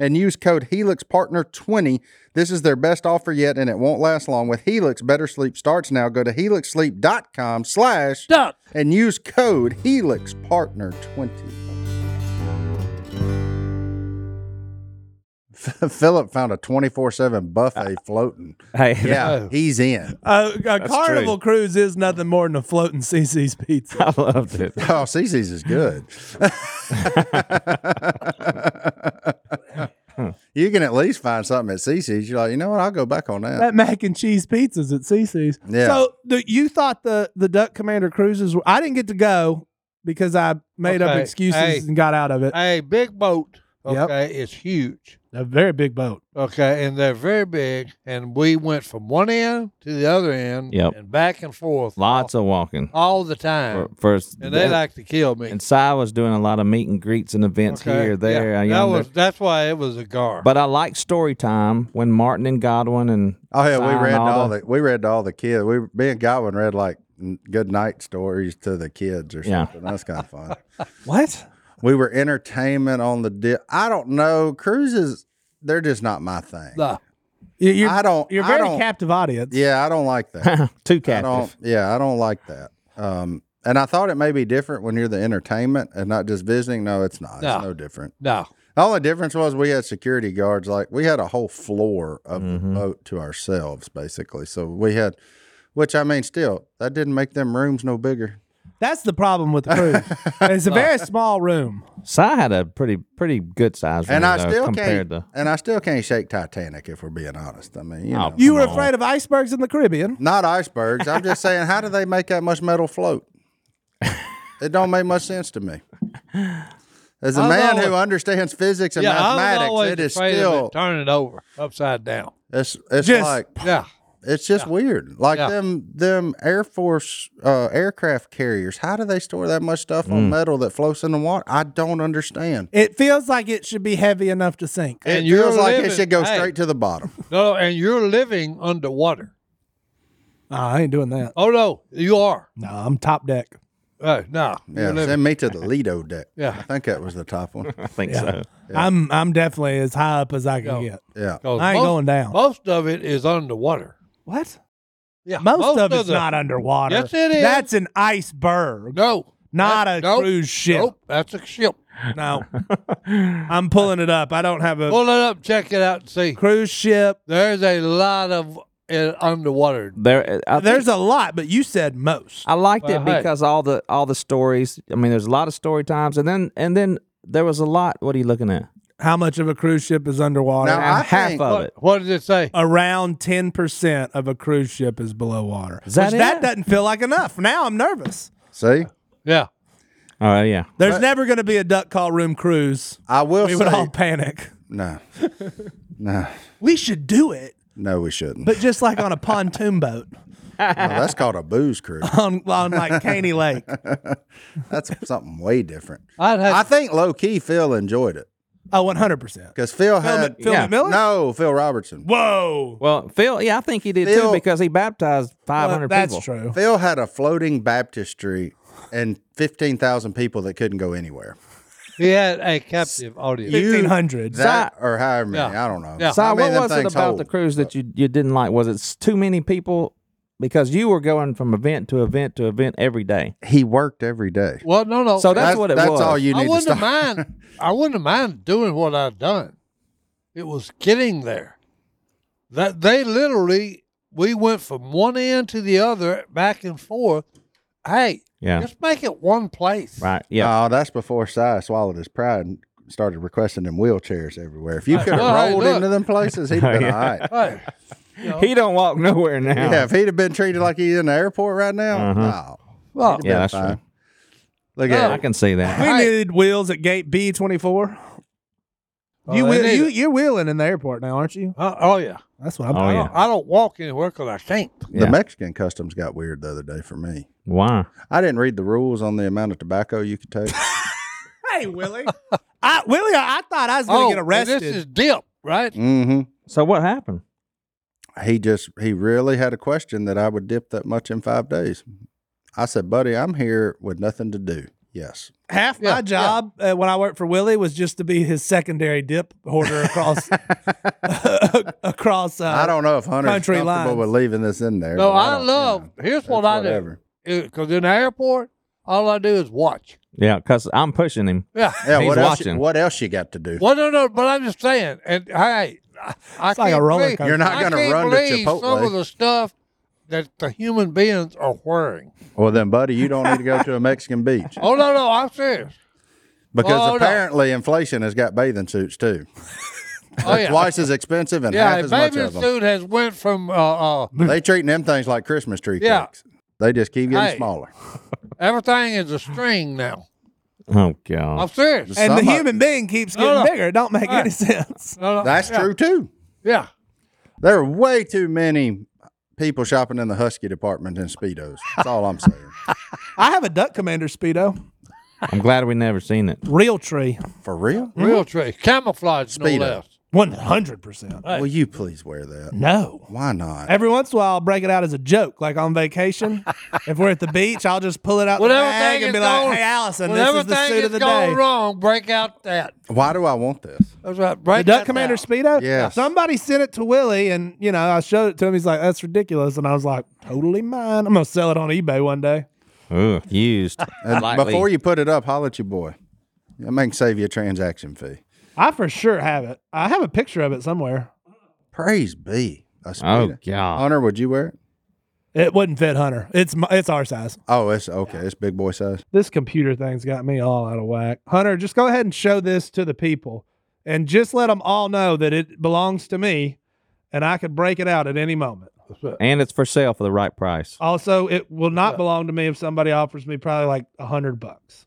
and use code HelixPartner20. This is their best offer yet, and it won't last long. With Helix, better sleep starts now. Go to helixsleep.com slash Duck. and use code HelixPartner20. <laughs> Philip found a 24-7 buffet floating. Hey, <laughs> Yeah, he's in. Uh, a carnival cruise is nothing more than a floating <laughs> CC's pizza. I loved it. Oh, CC's is good. you can at least find something at CC's. You're like, you know what? I'll go back on that. that mac and cheese pizzas at CC's. Yeah. So the, you thought the the Duck Commander cruises were? I didn't get to go because I made up Okay. excuses Hey. and got out of it. Hey, big boat. Yep. Okay, it's huge. A very big boat. Okay, and they're very big. And we went from one end to the other end Yep. and back and forth. Lots all, of walking. all the time. First, Oh. and they like to kill me. and Cy was doing a lot of meet and greets and events Okay, here, there, yeah. yonder. That was that's why it was a gar. But I like story time when Martin and Godwin and Oh yeah, we Sign read to all all the- the we read to all the kids. We me and Godwin read like n- good night stories to the kids or Yeah. something. That's kind of fun. What? We were entertainment on the dip. I don't know. Cruises, they're just not my thing. Nah. You- You're, I don't. you're I very don't- captive audience. Yeah, I don't like that. Too I don't. captive. Yeah, I don't like that. Um, and I thought it may be different when you're the entertainment and not just visiting. No, it's not. No. It's no different. No. The only difference was we had security guards. Like we had a whole floor of Mm-hmm. the boat to ourselves, basically. So we had, which I mean, still that didn't make them rooms no bigger. That's the problem with the <laughs> cruise. it's a very small room. Si had a pretty pretty good size. And room, I though, still compared can't. to And I still can't shake Titanic if we're being honest. I mean, you Oh, know, You were Come on. afraid of icebergs in the Caribbean. not icebergs. I'm just saying, how do they make that much metal float? It don't make much sense to me. As a I was man who always- understands physics and Yeah, I was mathematics, always it is afraid of still it turning over upside down. it's it's Just- like Yeah. It's just weird. Like Yeah. them them Air Force uh, aircraft carriers. How do they store that much stuff on metal that floats in the water? I don't understand. It feels like it should be heavy enough to sink. It And you're feels like it living- should go hey. straight to the bottom. No, and you're living underwater. Nah, I ain't doing that. Oh no, you are. No, I'm top deck. Uh, no, <laughs> you're Yeah, living. send me to the Lido deck. Yeah. I think that was the top <laughs> one. I think so. I'm I'm definitely as high up as I can Go. get. 'Cause I ain't most, going down. Most of it is underwater. What? Yeah, Most, of it's the- not underwater. Yes, it is. That's an iceberg, No, not That- a nope, cruise ship. Nope, that's a ship. No, I'm pulling it up. I don't have a Pull it up, check it out, and see. cruise ship. There's a lot of it underwater. There, I think- There's a lot, but you said most. I liked it Well, hey. because all the all the stories. I mean, there's a lot of story times, and then and then there was a lot. What are you looking at? How much of a cruise ship is underwater? Now, I half think- of What, it. what does it say? Around ten percent of a cruise ship is below water. that which it? that doesn't feel like enough. Now I'm nervous. See, Yeah, All right, Oh, yeah. There's never going to be a duck call room cruise. I will We say would all panic. no, no, We should do it, no. We shouldn't. but just like on a pontoon boat No, that's called a booze cruise. on, on like Caney Lake. That's something way different. I'd have. I think low key Phil enjoyed it Oh, 100%. because Phil Phil, had Phil yeah. McMillan? no Phil Robertson. Whoa. Well, Phil, yeah, I think he did Phil- too because he baptized 500 Well, that's people. true. Phil had a floating baptistry and 15,000 people that couldn't go anywhere. he had a captive audience. You- 1500. That or however many, Yeah. I don't know. Yeah. Si, I mean, them what was it things about hold. the cruise that you, you didn't like? Was it s- too many people? Because you were going from event to event to event every day. He worked every day. well, no, no. So that's what it that's was. all you I need to stop. wouldn't <laughs> have mind. I wouldn't have mind doing what I'd done. It was getting there. That they literally we went from one end to the other, back and forth. Hey, Yeah. just make it one place. Right. Yeah. Oh, that's before Si swallowed his pride and started requesting them wheelchairs everywhere. If you could have well, hey, rolled look. into them places, he'd have been all right. Hey, he don't walk nowhere now. Uh, Yeah, if he'd have been treated like he's in the airport right now, oh, Uh-huh. no. well, Oh. Yeah, that's fine. true. Look No. at I it. can see that. We Right. needed wheels at gate B24. Oh, you they wheel, need you it. you're wheeling in the airport now, aren't you? uh, oh yeah. That's what I'm. Oh, I, yeah. don't, I don't walk anywhere because I can't. The Yeah. Mexican customs got weird the other day for me. Why? I didn't read the rules on the amount of tobacco you <laughs> could take. Hey, Willie. <laughs> I Willie, I thought I was going to get Oh, and arrested. This is dip, right? mm-hmm. So what happened? he just he really had a question that I would dip that much in five days. I said, buddy, I'm here with nothing to do. Yes. Half Yeah, my job uh, when I worked for Willie was just to be his secondary dip hoarder <laughs> across <laughs> across. Uh, I don't know if Hunter's country comfortable lines. with leaving this in there. No, but I don't, you love. know, here's that's what I do. whatever. Because in the airport, all I do is watch. Yeah, because I'm pushing him. Yeah. <laughs> Yeah, He's what else, you, watching. what else you got to do? Well, no, no, but I'm just saying. And hey, I, I like a can't roller believe- coaster. You're not I gonna can't run to believe Some Chipotle. of the stuff that the human beings are wearing. Well, then, buddy, you don't need to go to a Mexican beach Oh no, no, I'm <laughs> serious. because Well, no. apparently inflation has got bathing suits too. Oh yeah, Twice as expensive and yeah. half A as much bathing of them. suit has went from uh, uh, They treating them things like Christmas tree Yeah. cakes. They just keep getting Hey. smaller. everything is a string now. Oh God. I'm serious. and the Somebody- human being keeps getting no. bigger. It don't make any <laughs> sense. No, no, That's yeah, true too. Yeah. There are way too many people shopping in the Husky department in Speedos. That's all I'm saying. I have a duck commander speedo, I'm glad we never seen it. real tree. For real? Mm-hmm. Real tree. Camouflage, Speedo. no less. One hundred percent. Will you please wear that? No. Why not? Every once in a while, I'll break it out as a joke, like on vacation. if we're at the beach, I'll just pull it out When the bag everything and is be like, going, "Hey, Allison, when this is the everything suit of is the going day." wrong, break out that. Why do I want this? That's right. Break The Duck that Commander out. Speedo? Yes. Somebody sent it to Willie and, you know, I showed it to him. He's like, that's ridiculous. And I was like, totally mine. I'm going to sell it on eBay one day. Ugh, used. <laughs> And Lightly. before you put it up, holler at your boy. That may save you a transaction fee. I for sure have it. I have a picture of it somewhere. Praise be. A Oh Speedo. God. Hunter, would you wear it? It wouldn't fit Hunter. It's my, it's our size. Oh, it's okay. It's big boy size. This computer thing's got me all out of whack. Hunter, just go ahead and show this to the people and just let them all know that it belongs to me and I could break it out at any moment. And it's for sale for the right price. Also, it will not belong to me if somebody offers me probably like a hundred bucks.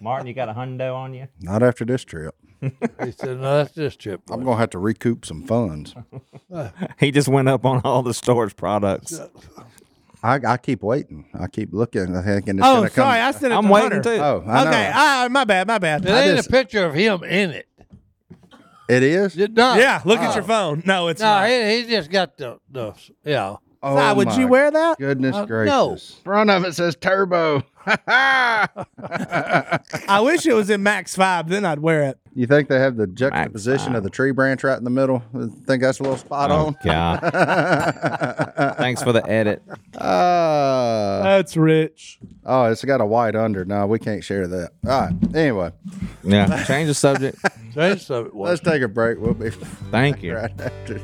Martin, you got a hundo on you? Not after this trip. He said, "No, that's this trip." I'm going to have to recoup some funds. He just went up on all the storage products. I, I keep waiting. I keep looking. I think it's Oh, gonna come. sorry. I sent it I'm to waiting Hunter. too. oh, I know. okay. Ah, my bad. My bad. It ain't just- a picture of him in it. it is. It not. Yeah, look Oh. at your phone. No, it's No, not. he, he just got the the yeah. Oh, Ah, would my you wear that? Goodness Uh, gracious! no. Front of it says turbo. Oh I wish it was in Max Five. Then I'd wear it. you think they have the juxtaposition of the tree branch right in the middle? Think that's a little spot Oh on? <laughs> God. Thanks for the edit. Uh, That's rich. oh, it's got a white under. No, we can't share that. All right. Anyway, Yeah. Change the subject. Change some- well, let's take a break. We'll be Thank you. right after.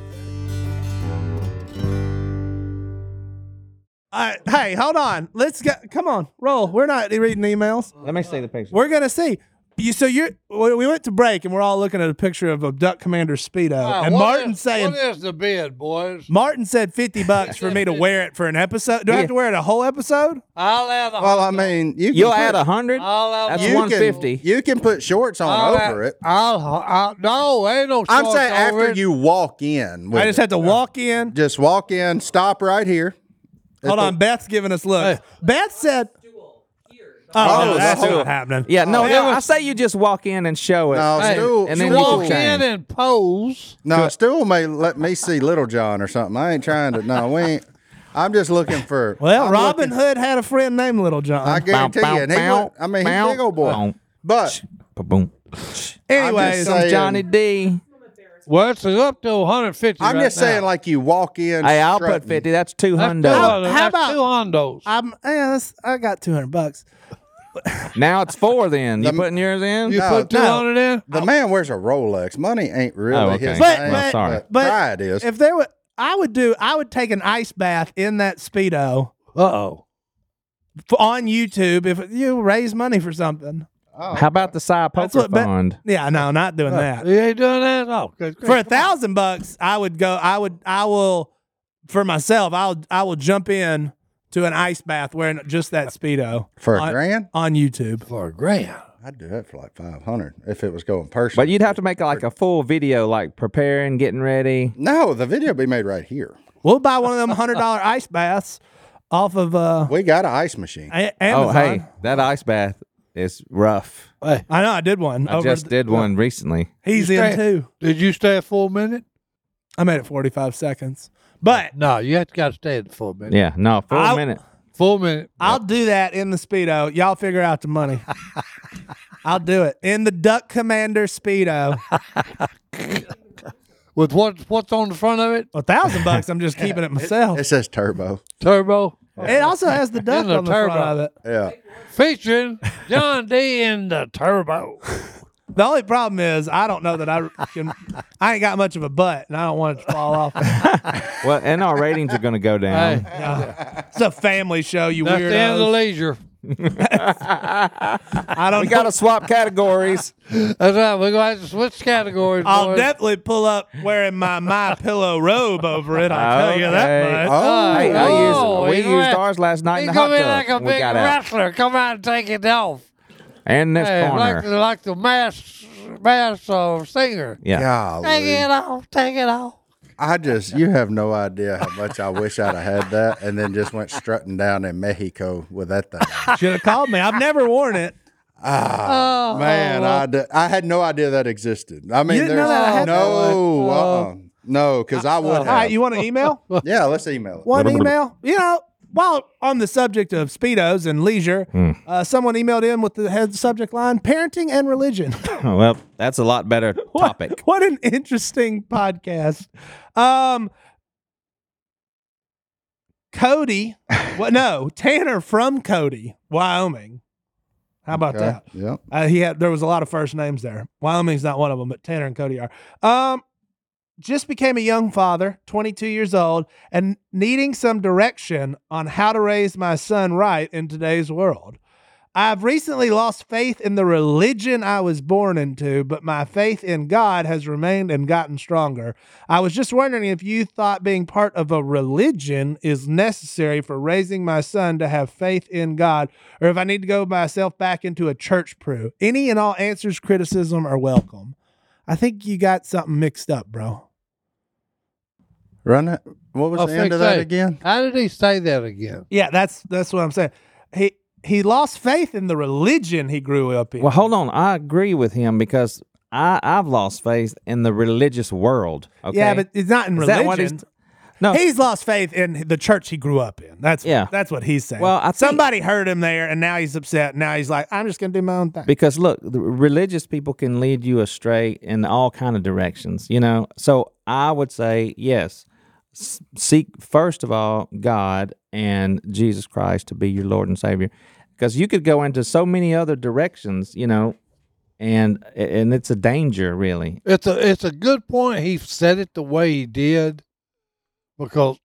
All right, hey, hold on. Let's go. Come on, roll. We're not reading emails. Let me see the picture. We're gonna see. You, so you're. We we went to break, and we're all looking at a picture of a Duck Commander Speedo, Ah, and what Martin is- saying. "What is the bid, boys? Martin said fifty bucks for <laughs> me to wear it for an episode. Do I have to wear it a whole episode? I'll add a Well, I mean, <laughs> you can You'll put, add a hundred. Oh. I'll add That's you can- one fifty. Oh, You can put shorts on I'll add- over it. I'll, I'll no, ain't no. I'm shorts saying over after it. you walk in. with I just it. have to walk in. just walk in, stop right here. Hold on, Beth's giving us looks. Beth said. Oh, Oh, no, that's the not whole- happening. Yeah, no, no, Oh, yeah. I say you just walk in and show it. No, Hey, stool. and you then stool- you walk can in change. and pose. no, stool may let me see Little John or something. I ain't trying to. No, we ain't. I'm just looking for. Well, I'm Robin looking- Hood had a friend named Little John. I guarantee Bow, you. And he bow, went- I mean, he's bow, a big old boy. bow. But Boom. Anyways, saying- Johnny D. Well, it's up to 150. I'm right just now. saying, like you walk in. Hey, I'll put strutting. fifty. That's two That's two hundred. hundos. How That's about- two hondos? I'm yeah, that's, I got two hundred bucks. Now it's four. Then you putting yours in? You No, put two no. hundred in. The man wears a Rolex. Money ain't really Oh, okay. his. But- thing, but- sorry. but- pride is. If there were, I would do. I would take an ice bath in that speedo Uh oh. f- on YouTube if you raise money for something. How about the side Oh. That's poker what bet- fund? Yeah, no, not Uh, doing that. You ain't doing that at all. Good For a grief. thousand bucks, I would go. I would. I will. For myself, I'll. I will jump in to an ice bath wearing just that speedo for a on, grand, on YouTube. for a grand. I'd do that for like five hundred if it was going personal. But you'd have to make like a full video, like preparing, getting ready. no, the video be made right here. We'll buy one of them hundred <laughs> dollar ice baths off of uh, We got an ice machine. A- Oh, Amazon. hey, that ice bath is rough. Hey, I know I did one. I just did one recently. He's You in stay- too. did you stay a full minute? I made it 45 seconds. But No, you have to got to stay at the full minute. Yeah, no, for I- a minute. Full minute. I'll do that in the Speedo. Y'all figure out the money. I'll do it in the Duck Commander Speedo. With what what's on the front of it? A thousand bucks. I'm just keeping it myself. It says turbo. Turbo. It also has the duck In the on the front turbo. of it. Yeah. Featuring John D and the Turbo. The only problem is I don't know that I can. I ain't got much of a butt, and I don't want it to fall off. Well, and our ratings are going to go Hey, down. It's a family show, you that's the end of the weirdos. leisure. I don't. We got to swap categories. That's right. We're gonna have to switch categories. I'll Oh, boys. definitely pull up wearing my my pillow robe over it. I'll tell you Okay. that much. Oh, Hey, I used, Oh, we he's used right. ours last night in He's the hot gonna tub. be like a when we big got out. wrestler. Come out and take it off. And this Hey, like, corner. like the mass mass uh, singer. yeah. golly. Take it off. Take it off. I just, you have no idea how much I wish I'd have had that and then just went strutting down in Mexico with that thing. <laughs> Should have called me. I've never worn it. Oh. Ah, man, I, d- I had no idea that existed. I mean, You didn't know there's that I had that no, uh-uh. no, because I would All right, have. you want an email? yeah, let's email it. One email? You know, while on the subject of speedos and leisure, uh, someone emailed in with the head subject line: parenting and religion. <laughs> <laughs> well, that's a lot better topic. What, what an interesting podcast. Um, Cody, well, no, Tanner from Cody, Wyoming. How about Okay. that? Yep. Uh, he had there was a lot of first names there. Wyoming's not one of them, but Tanner and Cody are. Um, just became a young father, 22 years old, and needing some direction on how to raise my son right in today's world. I've recently lost faith in the religion I was born into, but my faith in God has remained and gotten stronger. I was just wondering if you thought being part of a religion is necessary for raising my son to have faith in God, or if I need to go myself back into a church crew. Any and all answers, criticism, are welcome. I think you got something mixed up, bro. Run it. What was Oh, the end fix of that A. again? How did he say that again? Yeah, that's that's what I'm saying. He he lost faith in the religion he grew up in. Well, hold on. I agree with him because I I've lost faith in the religious world. Okay? Yeah, but it's not in Is that religion. what he's- no. He's lost faith in the church he grew up in. That's Yeah. That's what he's saying. Well, I think- somebody heard him there, and now he's upset. Now he's like, I'm just gonna do my own thing. because look, the religious people can lead you astray in all kind of directions. You know, so I would say yes. S- Seek first of all God and Jesus Christ to be your Lord and Savior, because you could go into so many other directions. You know, and and it's a danger really. It's a it's a good point. He said it the way he did, because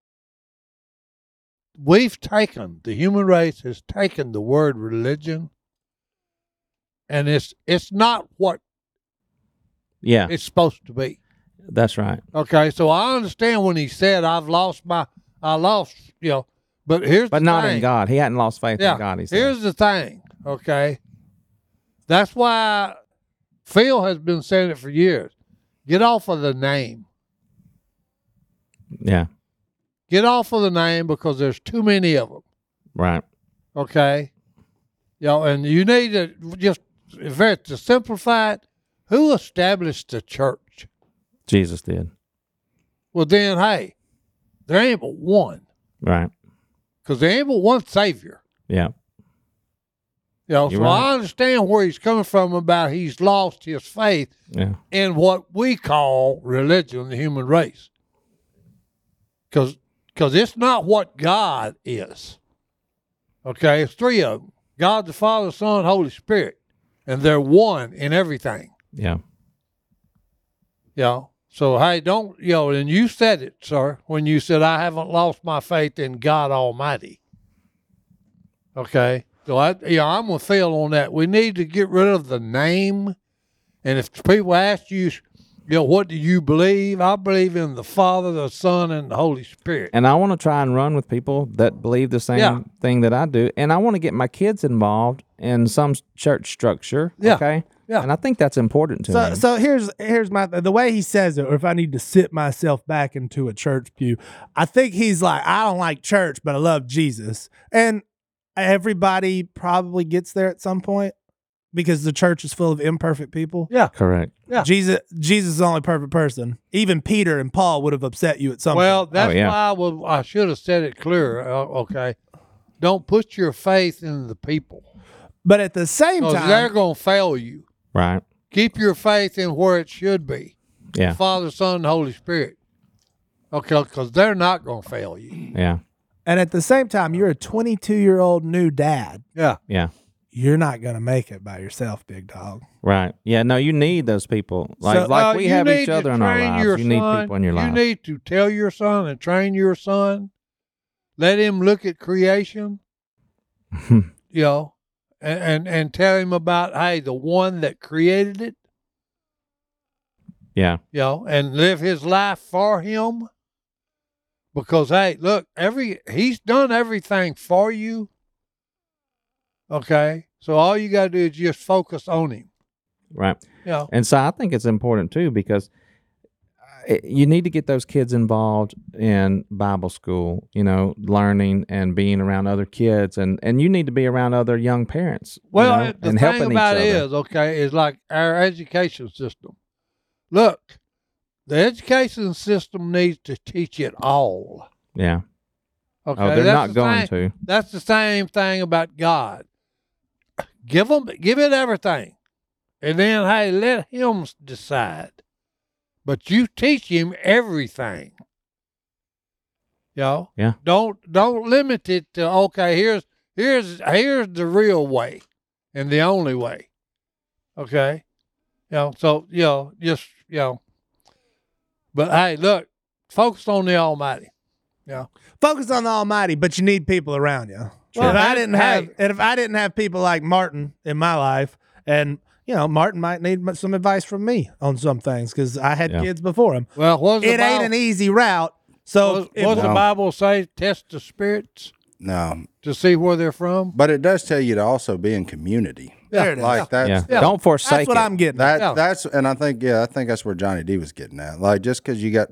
we've taken the human race has taken the word religion, and it's it's not what Yeah, it's supposed to be. that's right. Okay, so I understand when he said I've lost my I lost you know, but here's But the not thing. in God. He hadn't lost faith Yeah. in God. He said. Here's the thing, okay? That's why Phil has been saying it for years. Get off of the name. yeah, Get off of the name because there's too many of them, right. okay? You know, and you need to just, if it's to simplify it, who established the church? Jesus did. Well, then, hey, there ain't but one Right. because there ain't but one Savior. Yeah. You know, You're so right. I understand where he's coming from about he's lost his faith Yeah. in what we call religion, the human race. Because it's not what God is. Okay, it's three of them God the Father, Son, Holy Spirit. And they're one in everything. Yeah. You know? So, hey, don't, you know, and you said it, sir, when you said, I haven't lost my faith in God Almighty. Okay. So, I, you know, I'm with Phil on that. We need to get rid of the name. And if people ask you, you know, what do you believe? I believe in the Father, the Son, and the Holy Spirit. And I want to try and run with people that believe the same Yeah. thing that I do, and I want to get my kids involved in some s- church structure. Yeah. Okay. Yeah. And I think that's important to So, me. so here's here's my the way he says it, or if I need to sit myself back into a church pew, I think he's like, I don't like church, but I love Jesus, and everybody probably gets there at some point because the church is full of imperfect people. Correct. Yeah. Jesus, Jesus is the only perfect person. Even Peter and Paul would have upset you at some Well, point. that's yeah. why I, was, I should have said it clearer. Uh, okay. Don't put your faith in the people But at the same 'Cause time, they're going to fail you. Right. keep your faith in where it should be Yeah. father son and holy spirit okay because they're not going to fail you Yeah. and at the same time, you're a 22 year old new dad. yeah Yeah. You're not gonna make it by yourself, big dog. Right. Yeah. No, you need those people. Like So, like we uh, you have need each to other in our train lives. your You need son- people in your life. you need to tell your son and train your son let him look at creation you know and, and and tell him about hey the one that created it <laughs> yeah. you know, and live his life for him. Because hey, look, every he's done everything for you. Okay, so all you gotta do is just focus on him. Right. You know, And so I think it's important too because uh, it- you need to get those kids involved in Bible school, you know, learning and being around other kids, and and you need to be around other young parents. you Well, know, uh, the thing about it other. is, okay, is like our education system. Look, the education system needs to teach it all. yeah. Okay, Oh, they're That's not the going thing- to. That's the same thing about God. Give him, give it everything, and then hey, let him s- decide. But you teach him everything. You know? Yeah. Don't don't limit it to okay. Here's here's here's the real way, and the only way. Okay. You know. So you know, just you know. But hey, look, focus on the Almighty. Focus on the Almighty, but you need people around you. Sure. if I didn't have, Hey. if I didn't have people like Martin in my life, and you know, Martin might need m- some advice from me on some things because I had Yeah. kids before him. Well, what's the It ain't Bible, an easy route. So what's- if- what's the No. Bible say? Test the spirits. No, to see where they're from. but it does tell you to also be in community. there it is. Like that's Yeah. Yeah. Don't forsake That's what it. I'm getting. at. that. Yeah. That's and I think yeah, I think that's where Johnny D was getting at. Like just because you got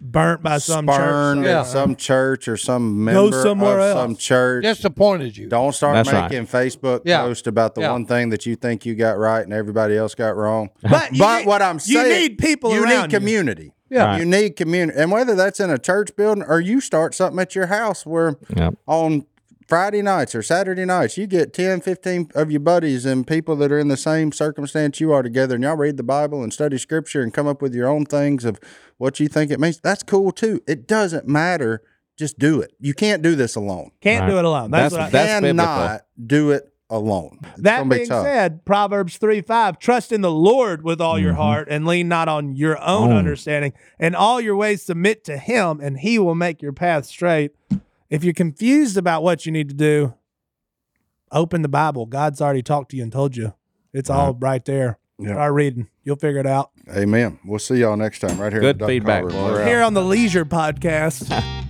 burnt by some spurned church. at Yeah. some church or some Go member somewhere of else. some church, Disappointed you. don't start That's right. making Facebook Yeah. posts about the Yeah. one thing that you think you got right and everybody else <laughs> got wrong. But you need- what I'm you saying, need people you around need you. community. Yeah. you need community, and whether that's in a church building or you start something at your house where Yep. on Friday nights or Saturday nights, you get 10, 15 of your buddies and people that are in the same circumstance you are together, and y'all read the Bible and study scripture and come up with your own things of what you think it means. That's cool too. It doesn't matter. Just do it. You can't do this alone. Can't Right. do it alone. That's, That's- what I, that- biblical. cannot do it alone. It's That gonna be being tough. said, Proverbs 3 5, trust in the Lord with all your Mm-hmm. Mhm. heart and lean not on your own Own. understanding. And all your ways submit to him, and he will make your path straight. If you're confused about what you need to do, open the Bible. God's already talked to you and told you. It's all right there. Yeah. Start reading. You'll figure it out. Amen. We'll see y'all next time right here. Good at the Duck feedback, Call Room. boys. We're out. Here on the Leisure Podcast.